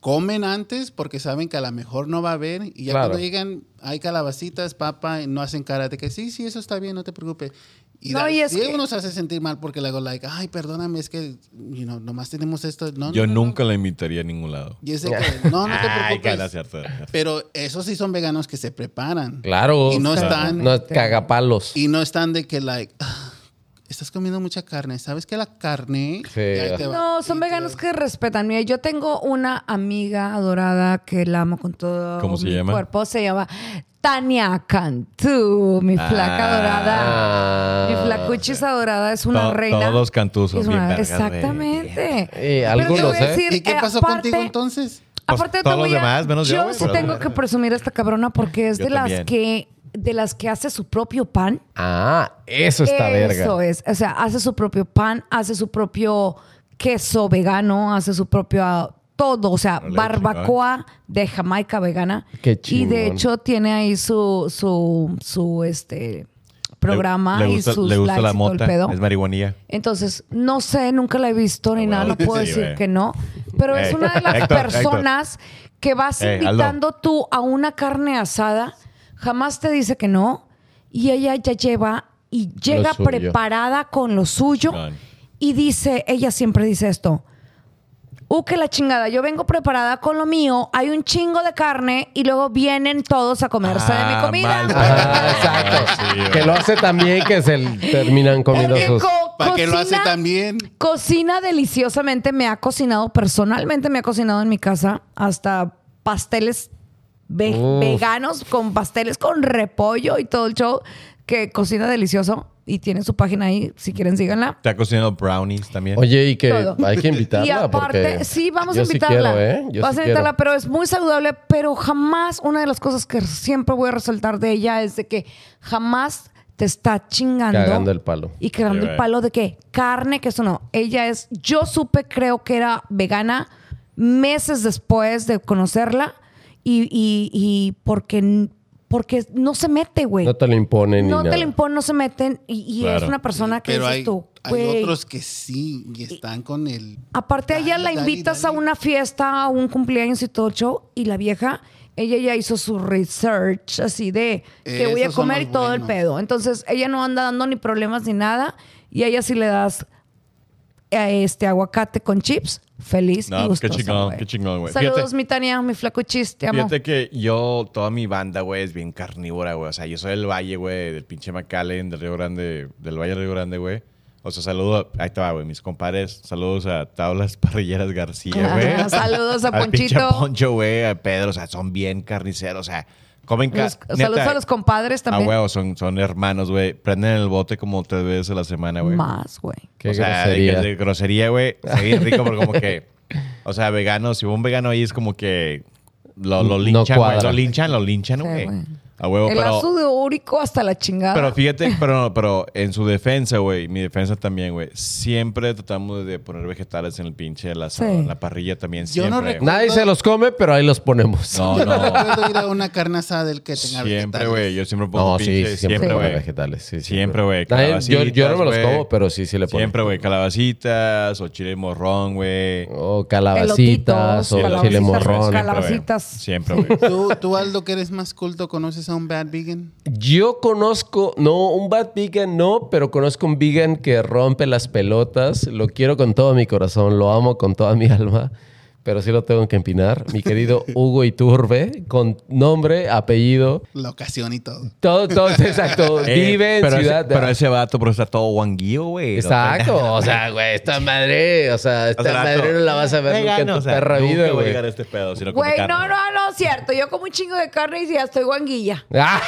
D: comen antes porque saben que a lo mejor no va a haber y ya
B: Claro.
D: cuando llegan hay calabacitas, papa, y no hacen cara de que sí, sí, eso está bien, no te preocupes. Y,
C: No,
D: da-
C: y es
D: sí,
C: que-
D: uno se hace sentir mal porque le hago like, ay, perdóname, es que you know, nomás tenemos esto. No,
A: Yo
D: no, no, no.
A: nunca la invitaría a ningún lado.
D: Y es de que, no, no te
A: Ay,
D: preocupes.
A: cara, cierto. cierto.
D: Pero esos sí son veganos que se preparan.
B: Claro.
D: Y no están-
B: No, cagapalos.
D: Y no están de que, like, "Ah, estás comiendo mucha carne. ¿Sabes que la carne?
B: Sí.
D: Y ahí te va.
C: No,
D: Y
C: son
D: te-
C: veganos que respetan. Mira, yo tengo una amiga adorada que la amo con todo
A: ¿Cómo se
C: mi
A: llama?
C: cuerpo. Se llama Tania Cantú, mi flaca adorada. Mi flacuchis adorada es una
A: Ah. To-
C: reina.
A: todos Cantú son
C: Es una-
A: bien vergas,
C: Exactamente.
B: güey. Eh,
C: Pero te
B: algunos,
C: voy a
B: ¿eh?
C: decir,
D: ¿Y qué
C: eh,
D: pasó
C: aparte-
D: contigo entonces?
A: Pues,
C: Aparte te
A: todos los
C: voy a-
A: demás, menos yo,
C: yo.
A: güey,
C: sí
A: pero-
C: tengo que presumir a esta cabrona porque es
A: Yo
C: de las
A: también.
C: que de las que hace su propio pan.
B: Ah, eso está verga.
C: Eso es. O sea, hace su propio pan, hace su propio queso vegano, hace su propio ah, todo. O sea,
A: Órale,
C: barbacoa de Jamaica vegana.
B: Qué
C: Y
B: chingón.
C: de hecho tiene ahí su, su, su este programa
A: le, le gusta,
C: y sus
A: le gusta
C: likes
A: la
C: y todo el
A: mota.
C: pedo.
A: Es marihuanilla.
C: Entonces, no sé, nunca la he visto ni
A: Ah,
C: nada,
A: bueno,
C: no puedo
A: sí,
C: decir
A: güey.
C: que no, pero es
A: Ey,
C: una de las
A: Héctor,
C: personas que vas
A: Ey, Aldo.
C: invitando tú a una carne asada, jamás te dice que no, y ella ya lleva y llega
B: suyo.
C: preparada con lo suyo
A: Chingón.
C: Y dice, ella siempre dice esto. Uh, que la chingada, yo vengo preparada con lo mío, hay un chingo de carne y luego vienen todos a comerse de mi
A: Ah,
C: comida.
A: mal.
B: Ajá,
A: Ah, sí,
B: exacto.
A: güey.
B: que lo hace también que se l- terminan comiendo
C: Porque
B: sus...
C: co-
D: ¿Para qué lo hace
C: cocina-
D: también?
C: Cocina deliciosamente, me ha cocinado personalmente, me ha cocinado en mi casa hasta pasteles ve-
B: Uf.
C: veganos con pasteles con repollo y todo el show que cocina delicioso y tiene su página ahí, si quieren síganla.
A: ¿Te ha cocinado brownies también?
B: Oye, y que
C: Todo.
B: hay que invitarla
C: Y aparte,
B: porque
C: sí, vamos
B: yo
C: a invitarla.
B: Sí quiero, ¿eh? Yo
C: Vas
B: sí
C: a invitarla,
B: quiero.
C: pero es muy saludable, pero jamás, una de las cosas que siempre voy a resaltar de ella es de que jamás te está chingando.
B: Cagando el palo.
C: Y cagando
E: Sí,
C: el
E: güey.
C: palo de qué? Carne, que eso no. Ella es, yo supe, creo que era vegana meses después de conocerla y, y- y porque, porque no se mete, güey.
B: No te lo imponen
C: No
B: ni
C: te
B: nada.
C: lo imponen, no se meten y, y es
E: Claro.
C: una persona que
D: Pero
C: dices
D: hay,
C: tú,
D: hay
C: güey.
D: otros que sí y están con el.
C: Aparte, a ella
D: Dale,
C: la
D: dale,
C: invitas
D: dale.
C: a una fiesta, a un cumpleaños y todo el show, y la vieja, ella ya hizo su research así de que voy a
D: Esos son
C: comer y
D: los
C: todo el
D: buenos.
C: pedo. Entonces, ella no anda dando ni problemas ni nada, y a ella si le das eh, este aguacate con chips, feliz
A: No,
C: y
A: pues, qué
C: gustosa,
A: chingón,
C: güey.
A: qué chingón, güey.
C: Saludos,
A: Fíjate-
C: mi Tania, mi flaco chis, te amo.
A: Fíjate que yo, toda mi banda, güey, es bien carnívora, güey. O sea, yo soy del Valle, güey, del pinche McAllen, del Río Grande, del Valle del Río Grande, güey. O sea, saludo, ahí te va, güey, mis compadres. Saludos a Tablas Parrilleras García,
C: Ah,
A: güey.
C: saludos a
A: Al pinche
C: Ponchito.
A: Poncho, güey, a Pedro. O sea, son bien carniceros. O sea, comen carne.
C: Los- saludos a los compadres también.
A: Ah, güey, son, son hermanos, güey. Prenden el bote como tres veces a la semana, güey
C: Más, güey.
B: Qué
A: o sea, de que-
B: grosería.
A: De, grosería, güey. O sea, bien rico, pero como que. O sea, vegano, si un vegano ahí es como que. Lo, lo
B: No
A: linchan, güey.
B: cuadra.
A: lo linchan, lo linchan,
C: Sí,
A: güey.
C: güey.
A: A huevo,
C: El
A: pero.
C: ácido úrico hasta la chingada.
A: Pero fíjate, pero, no, pero en su defensa, güey, mi defensa también, güey, siempre tratamos de poner vegetales en el pinche, el asado,
C: Sí.
A: en la parrilla también,
D: Yo no
A: siempre.
D: recuerdo-
B: Nadie se los come, pero ahí los ponemos.
A: No,
D: Yo no
A: no,
D: recuerdo ir a una carne asada del que tenga
A: siempre,
D: vegetales.
A: güey, yo siempre pongo
B: No, sí,
A: pues, pinche,
B: siempre
A: güey.
B: pone vegetales. sí,
A: Siempre, güey,
B: Nadie- Yo, yo no me los
A: calabacitas, güey.
B: como, pero sí, sí le pongo.
A: Siempre, güey, calabacitas o chile morrón, güey.
B: O calabacitas,
C: Elotitos,
B: o chile
A: calabacitas,
B: morrón.
A: Siempre, güey.
C: Calabacitas.
A: Siempre, güey.
D: ¿Tú, tú, Aldo, que eres más culto, conoces a un bad vegan?
B: Yo conozco, no, un bad vegan no, pero conozco un vegan que rompe las pelotas. Lo quiero con todo mi corazón, lo amo con toda mi alma, pero sí lo tengo que empinar. Mi querido Hugo Iturbe, con nombre, apellido,
D: La ocasión y todo.
B: todo, todo, exacto.
A: Eh,
B: Vive en
A: pero
B: ciudad.
A: Ese, pero ese vato, pero está todo guanguillo, güey.
B: Exacto, o sea, güey, esta madre, o sea, esta
A: O sea, vato,
B: madre no la vas a ver nunca en
A: vegano,
B: tu
A: o sea,
B: perra
A: nunca
B: vida,
A: voy a
B: güey.
A: llegar a este pedo si no come
C: Güey,
A: carne.
C: no, no, no, cierto. Yo como un chingo de carne y ya estoy guanguilla.
B: Ah,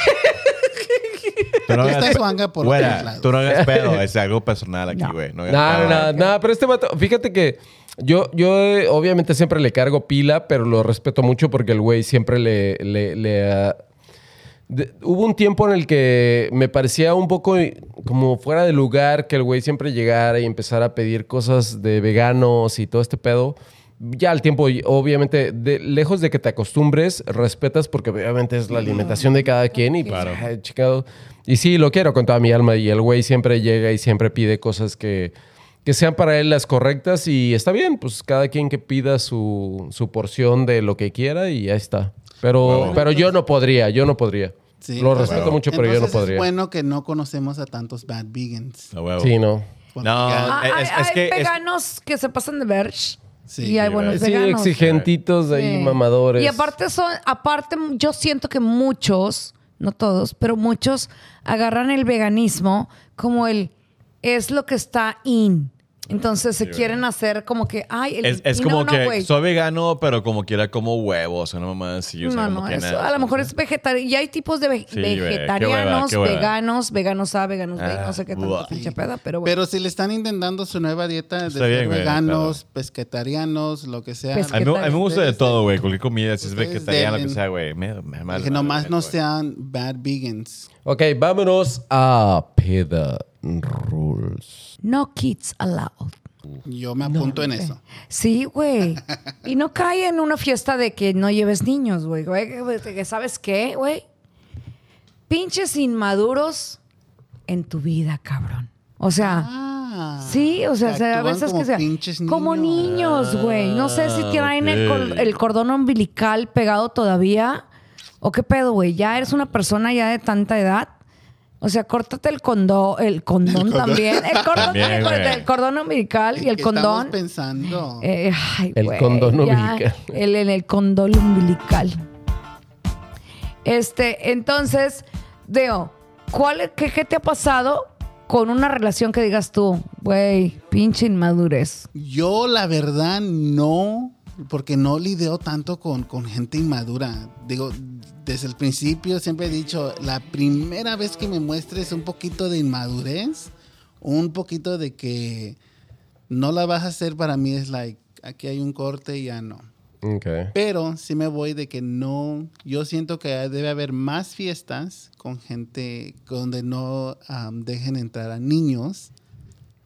A: Tú no
D: Tú
A: hagas
D: estás
A: pe-
D: guanga por
A: Güera,
D: todos lados.
A: Tú no hagas pedo, es algo personal aquí,
C: No.
A: güey. No, hagas
B: No,
A: pedo.
B: no, no, pero este vato, fíjate que yo, yo eh, obviamente siempre le cargo pila, pero lo respeto mucho porque el güey siempre le... le- le, ah, de- hubo un tiempo en el que me parecía un poco eh, como fuera de lugar que el güey siempre llegara y empezara a pedir cosas de veganos y todo este pedo. Ya al tiempo, y obviamente, de- lejos de que te acostumbres, respetas porque obviamente es la alimentación de cada quien y pues, ay, chingado. Y sí, lo quiero con toda mi alma y el güey siempre llega y siempre pide cosas que, que sean para él las correctas y está bien, pues cada quien que pida su, su porción de lo que quiera y ya está. Pero, pero yo no podría, yo no podría.
D: Sí,
B: Lo
D: entonces-
B: respeto mucho, pero yo no
D: entonces
B: podría.
D: Es bueno que no conocemos a tantos bad vegans.
A: A huevo.
B: Sí, no.
D: Porque
A: No,
D: ya-
A: Ah,
C: Hay,
A: es- es
C: hay
A: que es-
C: veganos que se pasan de verge.
D: Sí,
C: y hay
A: sí,
C: buenos
A: güey.
B: Sí,
C: veganos.
B: exigentitos ahí,
C: Sí.
B: mamadores.
C: Y aparte son, aparte, yo siento que muchos, no todos, pero muchos agarran el veganismo como el es lo que está in. Entonces se quieren hacer como que, ay, el
A: Es, es
C: y
A: como
C: no, no,
A: que
C: güey.
A: soy vegano, pero como quiera como huevos, una mamá así. O sea,
C: No,
A: como
C: no,
A: que
C: eso
A: nada.
C: a lo mejor es vegetariano. Y hay tipos de ve-
A: Sí, güey, qué hueva,
C: vegetarianos,
A: qué hueva.
C: veganos, veganos A, veganos B, no sé qué tanto
A: buah.
C: Ah, pinche peda, pero bueno.
D: Pero si le están intentando su nueva dieta de
A: Está
D: ser
A: bien, güey,
D: veganos, pesquetarianos, lo que sea.
C: Pesca-
A: A mí, a mí me gusta de
D: Ustedes
A: todo, güey. Cualquier comida, si es
D: ustedes
A: vegetariano, lo que
D: deben-
A: sea, güey. Me, me, me-
D: Que
A: me-
D: nomás
A: me-
D: no
A: güey.
D: sean bad vegans.
B: Ok, vámonos a Peda Rules.
C: No kids allowed.
D: Yo me apunto en eso.
C: Sí, güey. Y no cae en una fiesta de que no lleves niños, güey. Güey, que- que ¿Sabes qué, güey? Pinches inmaduros en tu vida, cabrón. O sea,
D: Ah,
C: sí, o sea,
D: que
C: o sea, a
D: actúan
C: veces
D: como
C: que sea.
D: pinches
C: Como niños, güey. No sé si traen el, cor-
A: Ah, ok.
C: el cordón umbilical pegado todavía. O qué pedo, güey. Ya eres una persona ya de tanta edad O sea, córtate el condón, el condón también. El cordón
A: También,
C: también, córtate
A: güey.
C: el cordón umbilical y el
D: ¿Qué
C: condón.
D: Estamos pensando.
C: Eh, ay,
B: El
C: güey,
B: condón
C: ya,
B: umbilical.
C: El, el, el condón umbilical. Este, entonces, Deo, ¿cuál, qué, qué te ha pasado con una relación que digas tú, güey, pinche inmadurez?
D: Yo la verdad no, porque no lidio tanto con, con gente inmadura. Digo, desde el principio siempre he dicho, la primera vez que me muestres un poquito de inmadurez, un poquito de que no la vas a hacer para mí es like, aquí hay un corte y ya no.
B: Ok.
D: Pero sí me voy de que no, yo siento que debe haber más fiestas con gente donde no am, dejen entrar a niños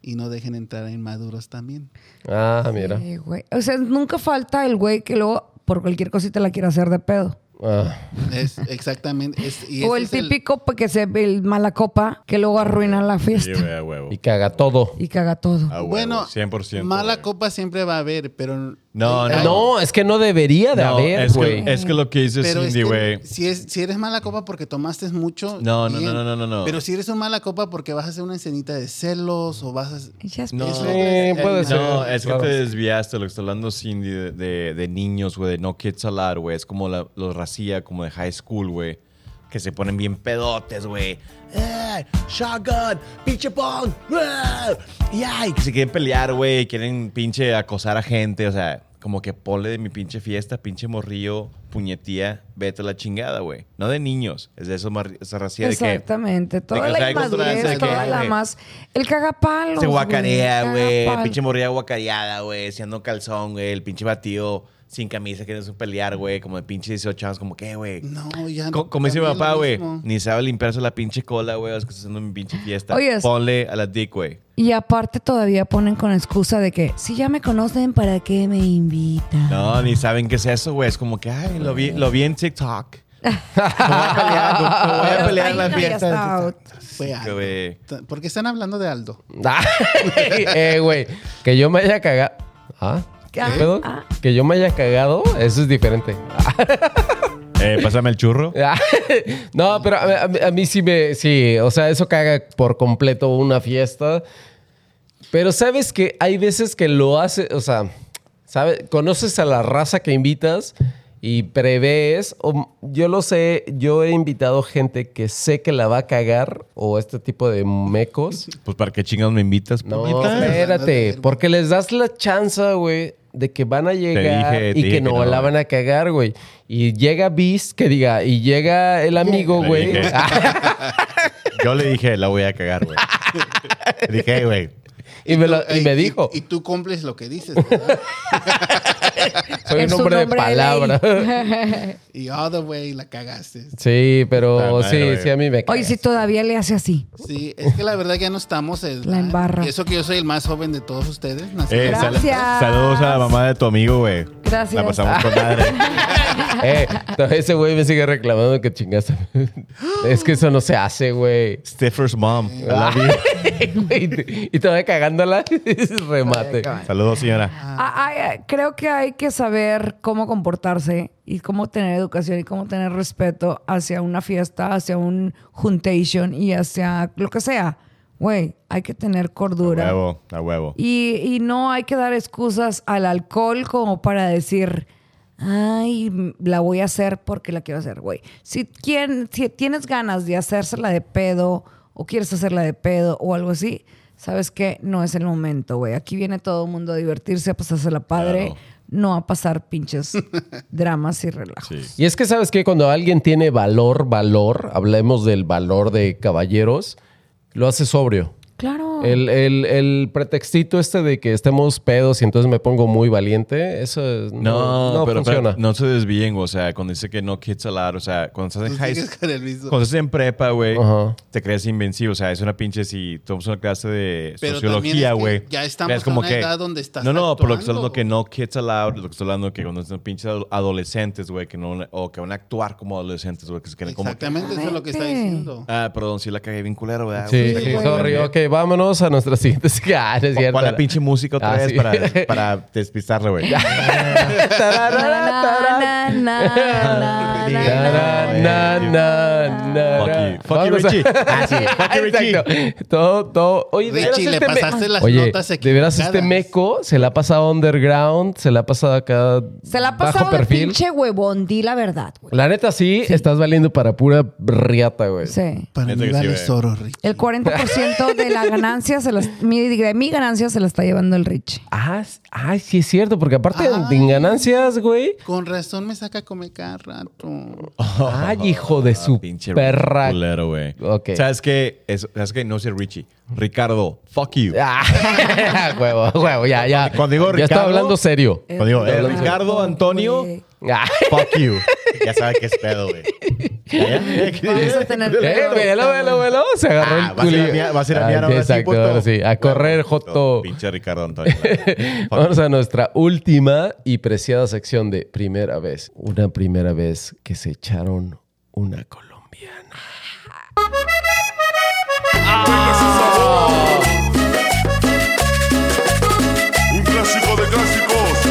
D: y no dejen entrar a inmaduros también.
B: Ah, mira.
C: Eh, güey. O sea, nunca falta el güey que luego por cualquier cosita la quiere hacer de pedo.
B: Ah,
D: Es exactamente. es- y
C: O
D: ese
C: el
D: es el- Ah,
C: típico pues, que se el mala copa que luego arruina la
E: Sí,
C: fiesta
E: güey, a huevo.
B: y caga todo.
C: y caga todo.
A: Ah,
E: A huevo,
D: bueno,
A: 100%,
D: mala
A: güey.
D: copa siempre va a haber, pero.
A: No,
D: Ay,
B: No, es que no debería de
A: No,
B: haber,
A: es,
B: güey.
A: que, es que lo que dice
D: Pero es
A: Cindy,
D: que
A: güey.
D: si, es- si eres mala copa porque tomaste mucho.
A: No, no,
D: bien.
A: no, no, no, no.
D: Pero si eres un mala copa porque vas a hacer una escenita de celos o vas a.
C: Ya es-
A: No.
D: Eso-
B: Sí, puede
D: eh,
B: ser.
A: No, es que
B: claro.
A: te desviaste de lo que está hablando Cindy de, de- de niños, güey, de no kids allowed, güey. Es como la, los racía, como de high school, güey. Que se ponen bien pedotes, güey. ¡Eh! ¡Shotgun! ¡Pinche pong! ¡Ah! Y ay, que se quieren pelear, güey. Quieren pinche acosar a gente. O sea, como que pole de mi pinche fiesta, pinche morrillo, puñetía, vete a la chingada, güey. No de niños. Es de esos marri- esa racía de que.
C: Exactamente. Toda
A: que
C: la
A: traigo
D: otra
C: inmadurez,
D: vez,
C: toda
D: de que,
C: la
A: güey,
C: más. El cagapalo.
A: Se guacarea, güey. Pinche morrilla guacareada, güey. Siendo calzón, güey. El pinche batido sin camisa que no es un pelear, güey. Como de pinche 18 años, como que, güey.
D: No, ya
A: Co- como dice mi
D: también lo
A: papá, güey.
D: mismo.
A: Ni sabe limpiarse la pinche cola, güey. Es que está haciendo mi pinche fiesta.
C: Oye, es-
A: Ponle a la dick, güey.
C: Y aparte todavía ponen con excusa de que si ya me conocen, ¿para qué me invitan?
A: No, ni saben qué es eso, güey. Es como que, ay, lo vi, lo vi en TikTok. Me voy a pelear, me voy a pelear en la
C: Ay, no, ya está
A: fiesta.
C: out.
D: Fue Aldo.
A: güey.
D: ¿Por qué están hablando de Aldo?
B: Ah, eh, güey. Que yo me haya cagado. ¿Ah? ¿Qué
C: Ah,
B: pedo?
C: ah.
B: Que yo me haya cagado, eso es diferente.
A: Eh, pásame el churro.
B: Ah, no, pero a, a mí- a mí sí me. Sí, o sea, eso caga por completo una fiesta. Pero sabes que hay veces que lo hace. O sea, ¿sabes? Conoces a la raza que invitas y prevés. o- yo lo sé, yo he invitado gente que sé que la va a cagar o este tipo de mecos.
A: Pues para qué chingados me invitas,
B: No,
A: puñetas?
B: espérate, porque les das la chance, güey, de que van a llegar
A: dije, te
B: y
A: dije
B: que
A: que
B: no,
A: no,
B: la
A: güey.
B: van a cagar, güey. Y llega Bis, que diga, y llega el amigo,
A: Te
B: güey.
A: dije. Yo le dije, la voy a cagar, güey. Le dije, "Ey, güey.
B: y, me lo- y
D: Ey,
B: me dijo,
D: Y, tú cumples lo que dices, ¿verdad?
B: soy
C: Es
B: un
C: un
B: hombre de
C: hombre de ley.
B: palabra.
D: y all the way la cagaste.
B: sí, pero
A: Puta madre,
B: sí,
A: güey.
B: sí, a mí me caga.
C: Hoy sí todavía le hace así.
D: Sí, es que la verdad ya no estamos. en
C: La embarra.
D: Y eso que yo soy el más joven de todos ustedes. nací-
A: Eh, sal-
C: Gracias.
A: saludos a la mamá de tu amigo, güey.
C: Gracias.
A: La pasamos con madre.
B: Eh, todavía ese güey me sigue reclamando que chingaste. es que eso no se hace, güey.
A: Stiffer's mom. I
B: Ah.
A: love you.
B: Güey, y todavía cagándola, remate.
A: Saludos, señora.
C: Ah, ah, ah, creo que hay que saber cómo comportarse y cómo tener educación y cómo tener respeto hacia una fiesta, hacia un juntation y hacia lo que sea. Güey, hay que tener
A: A
C: cordura.
A: huevo, a huevo.
C: Y, y no hay que dar excusas al alcohol como para decir, ay, m- la voy a hacer porque la quiero hacer, güey. Si, quien- si tienes ganas de hacérsela de pedo o quieres hacerla de pedo o algo así, sabes que no es el momento, güey. Aquí viene todo el mundo a divertirse, a pasársela padre,
A: Claro.
C: no a pasar pinches dramas y relajos.
A: Sí.
B: Y es que sabes que cuando alguien tiene valor, valor, hablemos del valor de caballeros, lo hace sobrio.
C: Claro.
B: El, el- el pretextito este de que estemos pedos y entonces me pongo muy valiente, eso es- no,
A: No,
B: no
A: pero,
B: funciona.
A: pero no se desvíen, o sea, cuando dice que no kids allowed, o sea, cuando estás en
D: Tú
A: high
D: sigues con el mismo.
A: cuando estás en prepa, güey,
B: Ajá.
A: te crees invencible, o sea, es una pinche si tomamos una clase de
D: Pero también es
A: sociología,
D: que
A: güey.
D: ya estamos
A: crees
D: a una edad donde estás
A: No, no, pero lo que estoy
D: actuando.
A: hablando que no kids allowed, lo que estoy hablando que cuando están pinches ado- adolescentes, güey, que no o que van a actuar como adolescentes, güey, que se creen como que,
D: Exactamente, eso es lo que está
C: Exactamente.
D: diciendo.
A: ah, perdón, sí la cagué bien culero, ¿verdad?
B: Sí,
A: Ah, pues, Güey,
B: sí,
A: la cagué
B: sorry,
A: bien.
B: ok, vámonos a nuestra siguiente. Ah, no es
A: Pon
B: cierto.
A: la pinche música otra
B: Ah,
A: vez
B: sí.
A: para, para despistarle, güey.
C: Na, na, na, na, na, na, na,
B: Na, na, na,
A: Fuck
B: na.
A: you. Fuck you,
B: Vamos a-
A: Richie. Ah, sí. Fuck you, Richie.
B: Exacto. Todo, todo. Oye, de veras
D: Richie, le
B: este me-
D: pasaste las
B: Oye,
D: notas
B: De veras, este
D: equivocadas.
B: meco se la ha pasado underground, se la ha pasado acá.
C: Se la ha
B: bajo
C: pasado de
B: perfil.
C: pinche huevón, di la verdad, güey.
B: La neta, sí, estás valiendo para pura riata, güey.
C: Sí.
D: Para
E: Neta
D: mí
E: que sí,
D: vale
E: güey.
D: Zoro, Rick.
C: El 40% de la ganancia se las, mi, de mi ganancia se la está llevando el Rich.
B: Ah, s- ay, sí es cierto, porque aparte en-
D: Ay.
B: en ganancias, güey.
D: Con razón me saca a comer cada rato.
B: Ay, hijo de su
A: Ah, Pinche
B: Ah, perra.
A: culero, güey.
B: Ok.
A: ¿Sabes qué? Es- ¿Sabes qué? No sé, Richie. Ricardo, fuck you.
B: Ah, huevo, huevo, ya, ya.
A: Cuando digo
B: ya estaba
A: Ricardo-
B: hablando serio.
A: Cuando digo, eh, Ricardo, Antonio,
C: güey.
B: Ah.
A: fuck you. Ya sabes qué es pedo, güey. ¿Ya, ya? ¿Qué
C: Vamos
A: dices?
C: a tener
B: Eh,
C: pedo.
B: velo, velo, velo. Se agarró
A: Ah,
B: el
A: vas a ir a
B: culillo.
A: miar- vas a ir a
B: Ah,
A: miar ahora sí,
B: Exacto,
A: puto.
B: ahora sí. A correr, Joto.
A: Pinche Ricardo Antonio.
B: Vamos a nuestra última y preciada sección de primera vez. Una primera vez que se echaron una colombiana.
F: Un clásico de clásicos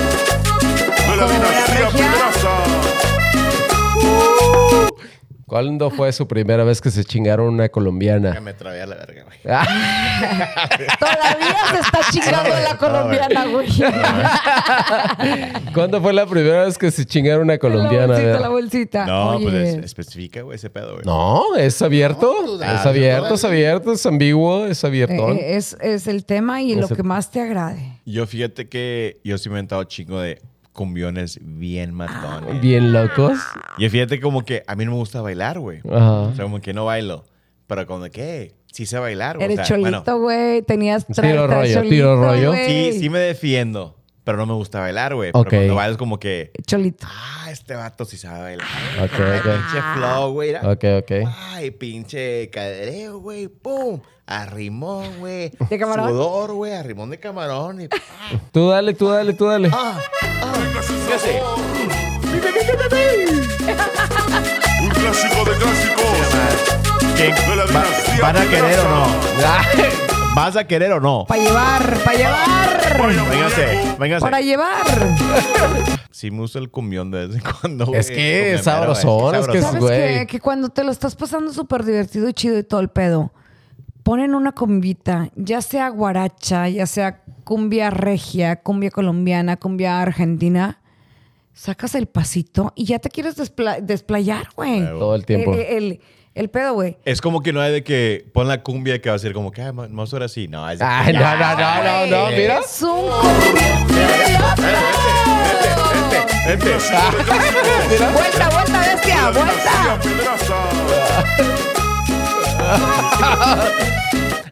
F: de la dinastía Pedraza.
B: ¿Cuándo fue su primera vez que se chingaron una colombiana?
A: me trabé a la verga, güey.
C: Todavía se está chingando la colombiana, güey.
B: ¿Cuándo fue la primera vez que se chingaron una colombiana?
C: La
B: A ver.
C: bolsita, la bolsita.
A: No,
C: Ah, Oye, eh,
A: pues es- especifica, güey, ese pedo, güey.
B: No, es abierto.
D: No, tú dale.
B: es abierto, es abierto, es ambiguo, es
C: eh,
B: abierto.
C: eh, es, es el tema y lo
B: Ese-
C: que más te agrade.
A: Yo fíjate que yo sí me he inventado chingo de cumbiones bien
C: eh.
A: matones.
B: Bien locos.
A: Y fíjate como que a mí no me gusta bailar, güey.
B: Ajá.
A: O sea, como que no bailo. Pero cuando que "Eh, sí sé bailar, güey. O
C: Eres
A: sea,
C: cholito, güey. Tenías tra-
B: Tiro
C: tra-
B: rollo,
C: cholito,
B: tiro rollo.
C: güey.
A: sí, sí me defiendo, pero no me gusta bailar, güey.
B: Ok.
A: Pero cuando bailas como que,
C: Cholito.
A: ah, este vato sí sabe bailar.
B: Ok,
A: Ay,
B: ok.
A: Pinche flow, güey. era.
B: Ok, ok.
A: Ay, pinche cadereo, güey. Pum. Arrimón, güey.
C: ¿De camarón?
A: Sudor, güey. Arrimón de camarón. Y...
B: Tú dale, tú dale, tú dale.
A: Ah, ah. ¿Qué hace?
F: Un clásico de clásicos
A: ¿Quién-
F: de la
A: va-
F: dinastía
A: ¿Van a querer o no?
F: Pedraza.
A: ¿Vas a querer o no?
C: Para llevar, para llevar.
F: Vaya
A: Véngase,
F: muñeco.
A: véngase.
C: Para llevar.
A: Sí me gusta el cumbión de vez en cuando, güey.
B: Es que
A: Cumbión,
B: es sabrosón,
A: pero,
B: es que es-
A: sabrosón.
C: ¿Sabes
B: güey.
C: qué? Que cuando te lo estás pasando súper divertido y chido y todo el pedo, ponen una combita, ya sea guaracha, ya sea cumbia regia, cumbia colombiana, cumbia argentina, sacas el pasito y ya te quieres despla- desplayar, güey.
A: Huevo.
B: Todo el tiempo.
C: El, el- el pedo, güey.
A: Es como que no hay de que pon la cumbia que va a ser como que, ah, ma- más ahora sí.
C: eh.
A: No, es de que
C: Ah.
B: Ay, no,
A: ya.
B: no, no, no, no, mira.
C: Es un cumbia.
F: Un clásico
C: Ah.
F: de clásicos de
C: Vuelta, vuelta, bestia,
F: la
C: vuelta.
F: dinastía Pedraza.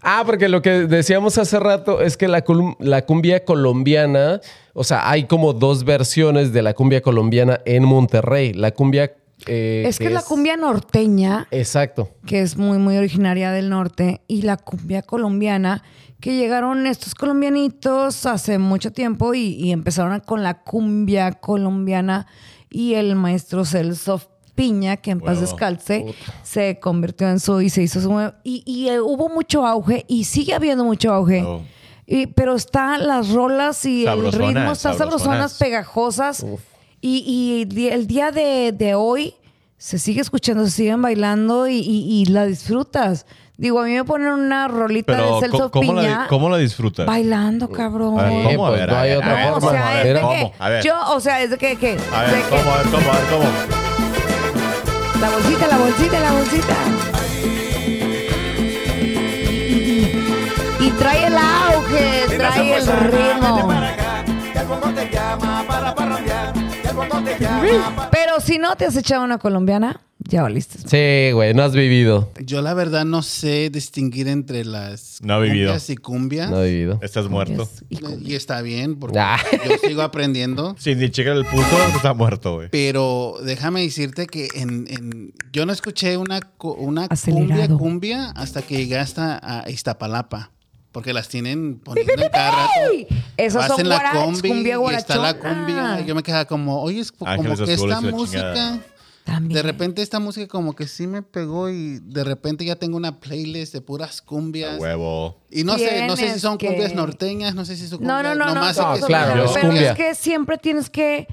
B: Ah, porque lo que decíamos hace rato es que la, cul- la cumbia colombiana, o sea, hay como dos versiones de la cumbia colombiana en Monterrey. La cumbia... eh,
C: Es que la cumbia norteña
B: Exacto.
C: que es muy, muy originaria del norte, y la cumbia colombiana, que llegaron estos colombianitos hace mucho tiempo y, y empezaron con la cumbia colombiana y el maestro Celso Piña, que en paz
A: Huevo.
C: descalce, se convirtió en su y se hizo su... Y, y, eh, hubo mucho auge y sigue habiendo mucho auge.
A: Huevo.
C: Y- pero están las rolas y el
A: Sabrosonas,
C: ritmo, están sabrosonas,
A: sabrosonas.
C: pegajosas. Y, y di- el día de, de hoy se sigue escuchando, se siguen bailando y, y- y la disfrutas. Digo, a mí me ponen una rolita
A: Pero,
C: de
A: ¿cómo,
C: Celso
A: cómo
C: Piña
A: la, ¿cómo la disfrutas?
C: bailando, cabrón.
A: A ver,
B: Eh,
A: ¿cómo? A
B: pues,
A: ver,
B: no
A: a
B: hay
A: ver,
B: otra
A: a ver,
C: No, o
B: forma,
A: ¿cómo? A
C: sea, es
A: ver,
C: de
B: Mira,
A: ¿cómo? A
C: que
A: ver,
C: yo, o sea, es de que, que-
A: a
C: de
A: ver,
C: que-
A: ¿cómo? A ver, ¿cómo? A ver, ¿cómo?
C: la bolsita, la bolsita, la bolsita. Y trae el auge, trae el ritmo. Pero si no te has echado una colombiana, ya oliste.
B: Sí, güey, no has vivido.
D: Yo la verdad no sé distinguir entre las
A: No he vivido.
D: cumbias y cumbias.
B: No has vivido.
A: Estás muerto.
C: Y con-
D: Y está bien, porque
B: Ah.
D: yo sigo aprendiendo.
A: Sin ni checar el puto, está muerto, güey.
D: Pero déjame decirte que en, en- yo no escuché una, cu- una cumbia
C: Acelerado.
D: cumbia hasta que llegué hasta a Iztapalapa. Porque las tienen poniendo en cada rato.
C: Esas
D: Vas
C: son
D: en la
C: guarach,
D: combi
C: cumbia Ah.
D: y está la
C: guarachona.
D: cumbia. Yo me quedaba como, oye, es como
A: Ángeles
D: que
A: Azules
D: esta
A: y la
D: música...
A: chingada.
C: También.
D: De repente esta música como que sí me pegó y de repente ya tengo una playlist de puras
A: A
D: cumbias.
A: Huevo.
D: Y no sé, no sé si
C: Tienes
D: son cumbias
C: que-
D: norteñas, no sé si son
C: No,
D: cumbias...
C: no, no, no.
D: nomás
B: no,
D: sé que son
B: claro,
C: pero
B: es
C: pero
B: cumbia.
C: es que siempre tienes que.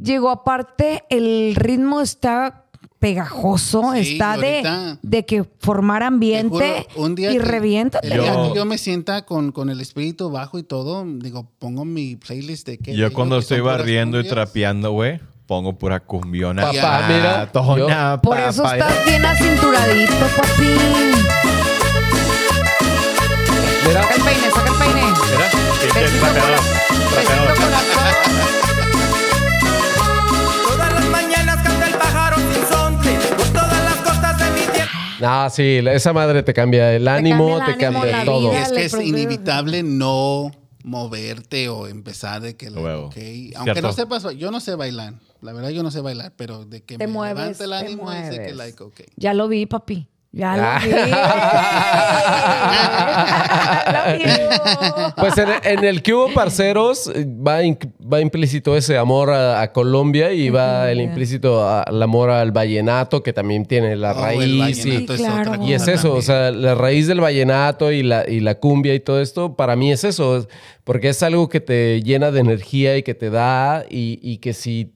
C: Llegó aparte, el ritmo está pegajoso,
D: Sí,
C: está de,
D: ahorita.
C: de que formar
D: Te juro,
C: ambiente
D: un día
C: y
D: que-
C: reviéntate.
D: El día
A: Yo-
D: que yo me sienta con, con el espíritu bajo y todo, digo, pongo mi playlist de que.
A: Yo cuando estoy barriendo y
D: trapeando
A: trapeando, güey, pongo pura cumbiona.
B: Papá, mira,
A: tona,
C: Por eso
A: papá,
C: estás bien acinturadito, papi.
B: Mira,
C: Saca el peine, saca el peine.
A: mira, mira,
C: Besito
A: el trapeador,
C: con-
A: trapeador.
C: besito con la-
G: Todas las mañanas canta el pájaro sinsonte por todas las costas de mi tierra.
B: Ah, sí, la- esa madre te cambia el ánimo,
C: cambia el
B: te
C: ánimo,
B: cambia
C: la
B: todo.
C: vida.
D: Es que
C: Dale,
D: es
C: profe.
D: inevitable no moverte o empezar de que.
A: Huevo.
D: ok. Aunque
A: Cierto.
D: no sepas, yo no sé bailar. La verdad, yo no sé bailar, pero de que
C: Te
D: me
C: mueves,
D: levanta el
C: te
D: ánimo es de que,
C: mueves.
D: like, ok.
C: Ya lo vi, papi. Ya
B: Ah.
C: lo vi. Ya lo vio.
B: Pues en, en el que hubo parceros eh, va, inc- va implícito ese amor a, a Colombia y va el
C: Colombia.
B: implícito a- al amor al vallenato que también tiene la
D: Oh, el
B: raíz. y-
D: vallenato
C: Sí,
D: otra
C: claro.
B: Y es
D: cosa
B: eso, o
D: también.
B: sea, la raíz del vallenato y la, y la cumbia y todo esto, para mí es eso, es- porque es algo que te llena de energía y que te da y, y que si,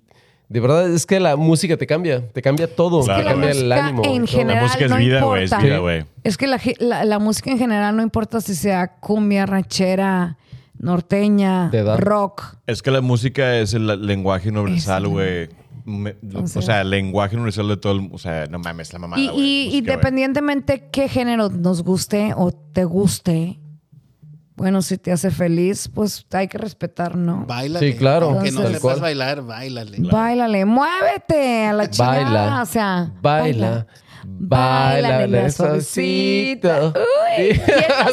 B: de verdad es que la música te cambia, te cambia todo,
A: Es que
B: te
A: la
B: cambia el
C: música
B: ánimo. y
C: en
B: todo.
C: general
A: La música
C: no
A: es vida, güey, es
C: importa.
A: vida, güey.
C: Es que la, ge- la- la música en general no importa si sea cumbia, ranchera, norteña,
B: Te da.
C: rock.
A: Es que la música es el lenguaje universal,
C: Es-
A: güey. Me- O
C: sea-
A: sea, el lenguaje universal de todo el... O sea, no mames, la
D: Ah,
A: mamada,
C: Y,
A: güey.
C: y- y
A: Música, güey.
C: independientemente qué género nos guste o te guste, bueno, si te hace feliz, pues hay que respetar, ¿no?
D: Bailale.
B: Sí, claro,
D: Aunque no
C: tal
D: sepas
B: cual.
D: bailar, bailale.
C: Báilale, muévete a la chingada.
B: Baila,
C: o sea,
B: baila, baila,
C: Baila, nena,
B: baila
C: suavecita.
B: suavecita.
C: Uy, ¿quién no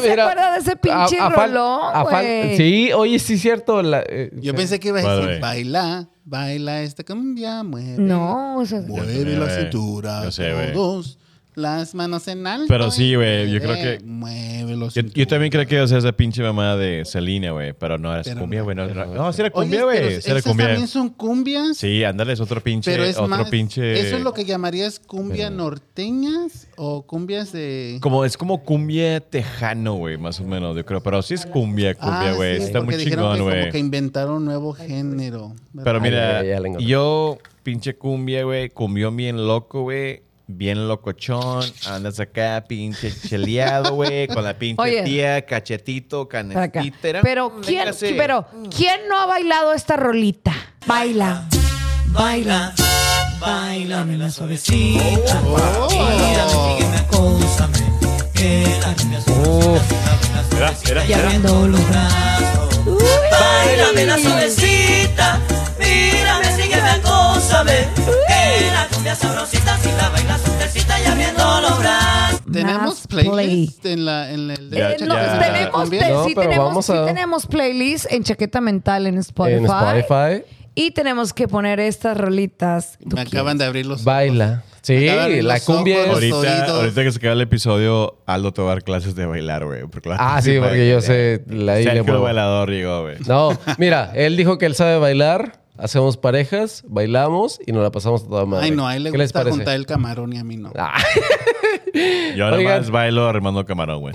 C: se acuerda de ese pinche
B: fal-
C: rolón,
B: a fal-
C: güey?
B: Sí, oye, sí es cierto. la- eh,
D: Yo pensé que iba a
A: Vale,
D: decir,
A: güey.
D: baila, baila esta cumbia, mueve.
C: No, o sea,
D: Mueve la
A: Ya sé,
D: cintura.
A: ya sé, güey.
D: Todos. Las manos en alto.
A: Pero sí,
D: y
A: güey, yo
D: mueve,
A: creo que-
D: Mueve los
A: Yo, yo también creo que iba a ser esa pinche mamada de Selena, güey. Pero no, era
D: Pero
A: cumbia,
D: no,
A: güey. No, era- no, sí era
D: Oye,
A: cumbia,
D: pero
A: güey. Sí era
D: esas
A: cumbia.
D: también son cumbias.
A: Sí, ándale, es otro pinche...
D: Pero es
A: otro
D: más,
A: pinche...
D: ¿Eso es lo que llamarías cumbia norteñas o cumbias de...?
A: Como, es como cumbia tejano, güey, más o menos, yo creo. Pero sí es cumbia, cumbia,
D: Ah,
A: güey.
D: sí,
A: Está
D: porque
A: muy
D: dijeron
A: chingón,
D: que
A: güey.
D: Como que inventaron un nuevo género. ¿verdad?
A: Pero mira,
B: ya, ya la encontré.
A: yo, pinche cumbia, güey, comió bien loco, güey. Bien locochón, andas acá, pinche cheleado, güey, con la pinche
C: Oye.
A: tía, cachetito,
C: para acá.
A: canestita. era-
C: Pero ¿quién,
A: Véngase.
C: pero ¿quién no ha bailado esta rolita? Baila.
G: Baila, bailame la suavecita. Bailame, sígueme, acósame. Que la cumbia suavecita y abriendo los brazos. Bailame la suavecita. Mírame, sígueme, acósame. Que la cumbia sabrosita, si la bailas suavecita y abriendo los brazos.
D: ¿Tenemos
C: Más play.
D: playlist en, la, en el... de
A: Ya,
C: Eh, no,
A: ya.
C: tenemos,
D: cumbia?
C: play-
B: No,
C: sí,
B: pero
C: tenemos,
B: vamos
C: sí
B: a-
C: tenemos playlist en Chaqueta Mental en Spotify,
B: en Spotify,
C: Y tenemos que poner estas rolitas.
D: Me acaban de abrir los...
B: baila. Sí,
D: Acaba de abrir
B: la
D: los
B: cumbia
D: ojos.
B: es...
D: Los
A: Ahorita,
D: oídos.
A: ahorita que se acaba el episodio, Aldo te va a dar clases de bailar, güey. porque la-
B: Ah, sí, porque yo sé la ahí le
A: eh. Sergio
B: muevo.
A: bailador llegó, güey.
B: No, mira, él dijo que él sabe bailar, hacemos parejas, bailamos y nos la pasamos a toda madre.
D: Ay, no, a él le
B: ¿Qué les
D: gusta
B: parece?
D: juntar el camarón y a mí no.
B: Ah,
A: Yo
B: Oigan.
A: nomás bailo armando camarón, güey.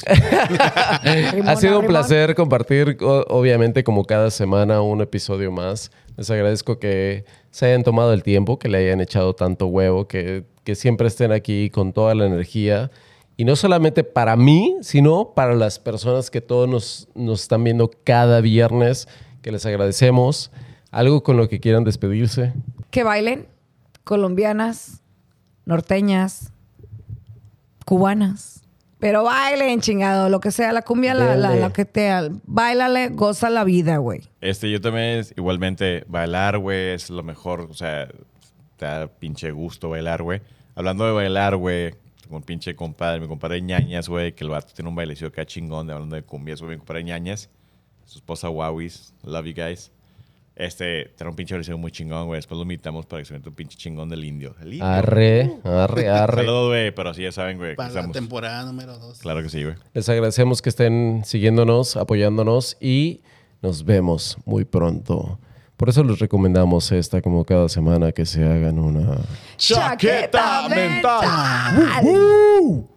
B: ha sido un placer compartir, o- obviamente, como cada semana, un episodio más. Les agradezco que se hayan tomado el tiempo, que le hayan echado tanto huevo, que, que siempre estén aquí con toda la energía. Y no solamente para mí, sino para las personas que todos nos, nos están viendo cada viernes, que les agradecemos. Algo con lo que quieran despedirse.
C: Que bailen colombianas, norteñas, cubanas. Pero bailen, chingado. Lo que sea, la cumbia, la, la,
B: Dele.
C: la que te... Bailale, goza la vida, güey.
A: Este, yo también, es- igualmente, bailar, güey, es lo mejor. O sea, te da pinche gusto bailar, güey. Hablando de bailar, güey, tengo un pinche compadre, mi compadre Ñañas, güey, que el vato tiene un bailecillo acá chingón, de hablando de cumbias, güey, mi compadre Ñañas. Su esposa Wawis, love you guys. Este, tiene un pinche bailecillo muy chingón, güey. Después lo invitamos para que se meta un pinche chingón del indio. El
B: Ah,
A: indio.
B: Arre, arre, arre.
A: Saludos, güey, pero sí, ya saben, güey, que
D: Para la
A: estamos...
D: temporada número 2.
A: Claro que sí, güey.
B: Les agradecemos que estén siguiéndonos, apoyándonos y nos vemos muy pronto. Por eso les recomendamos esta como cada semana que se hagan una...
A: Chaqueta mental.
C: mental.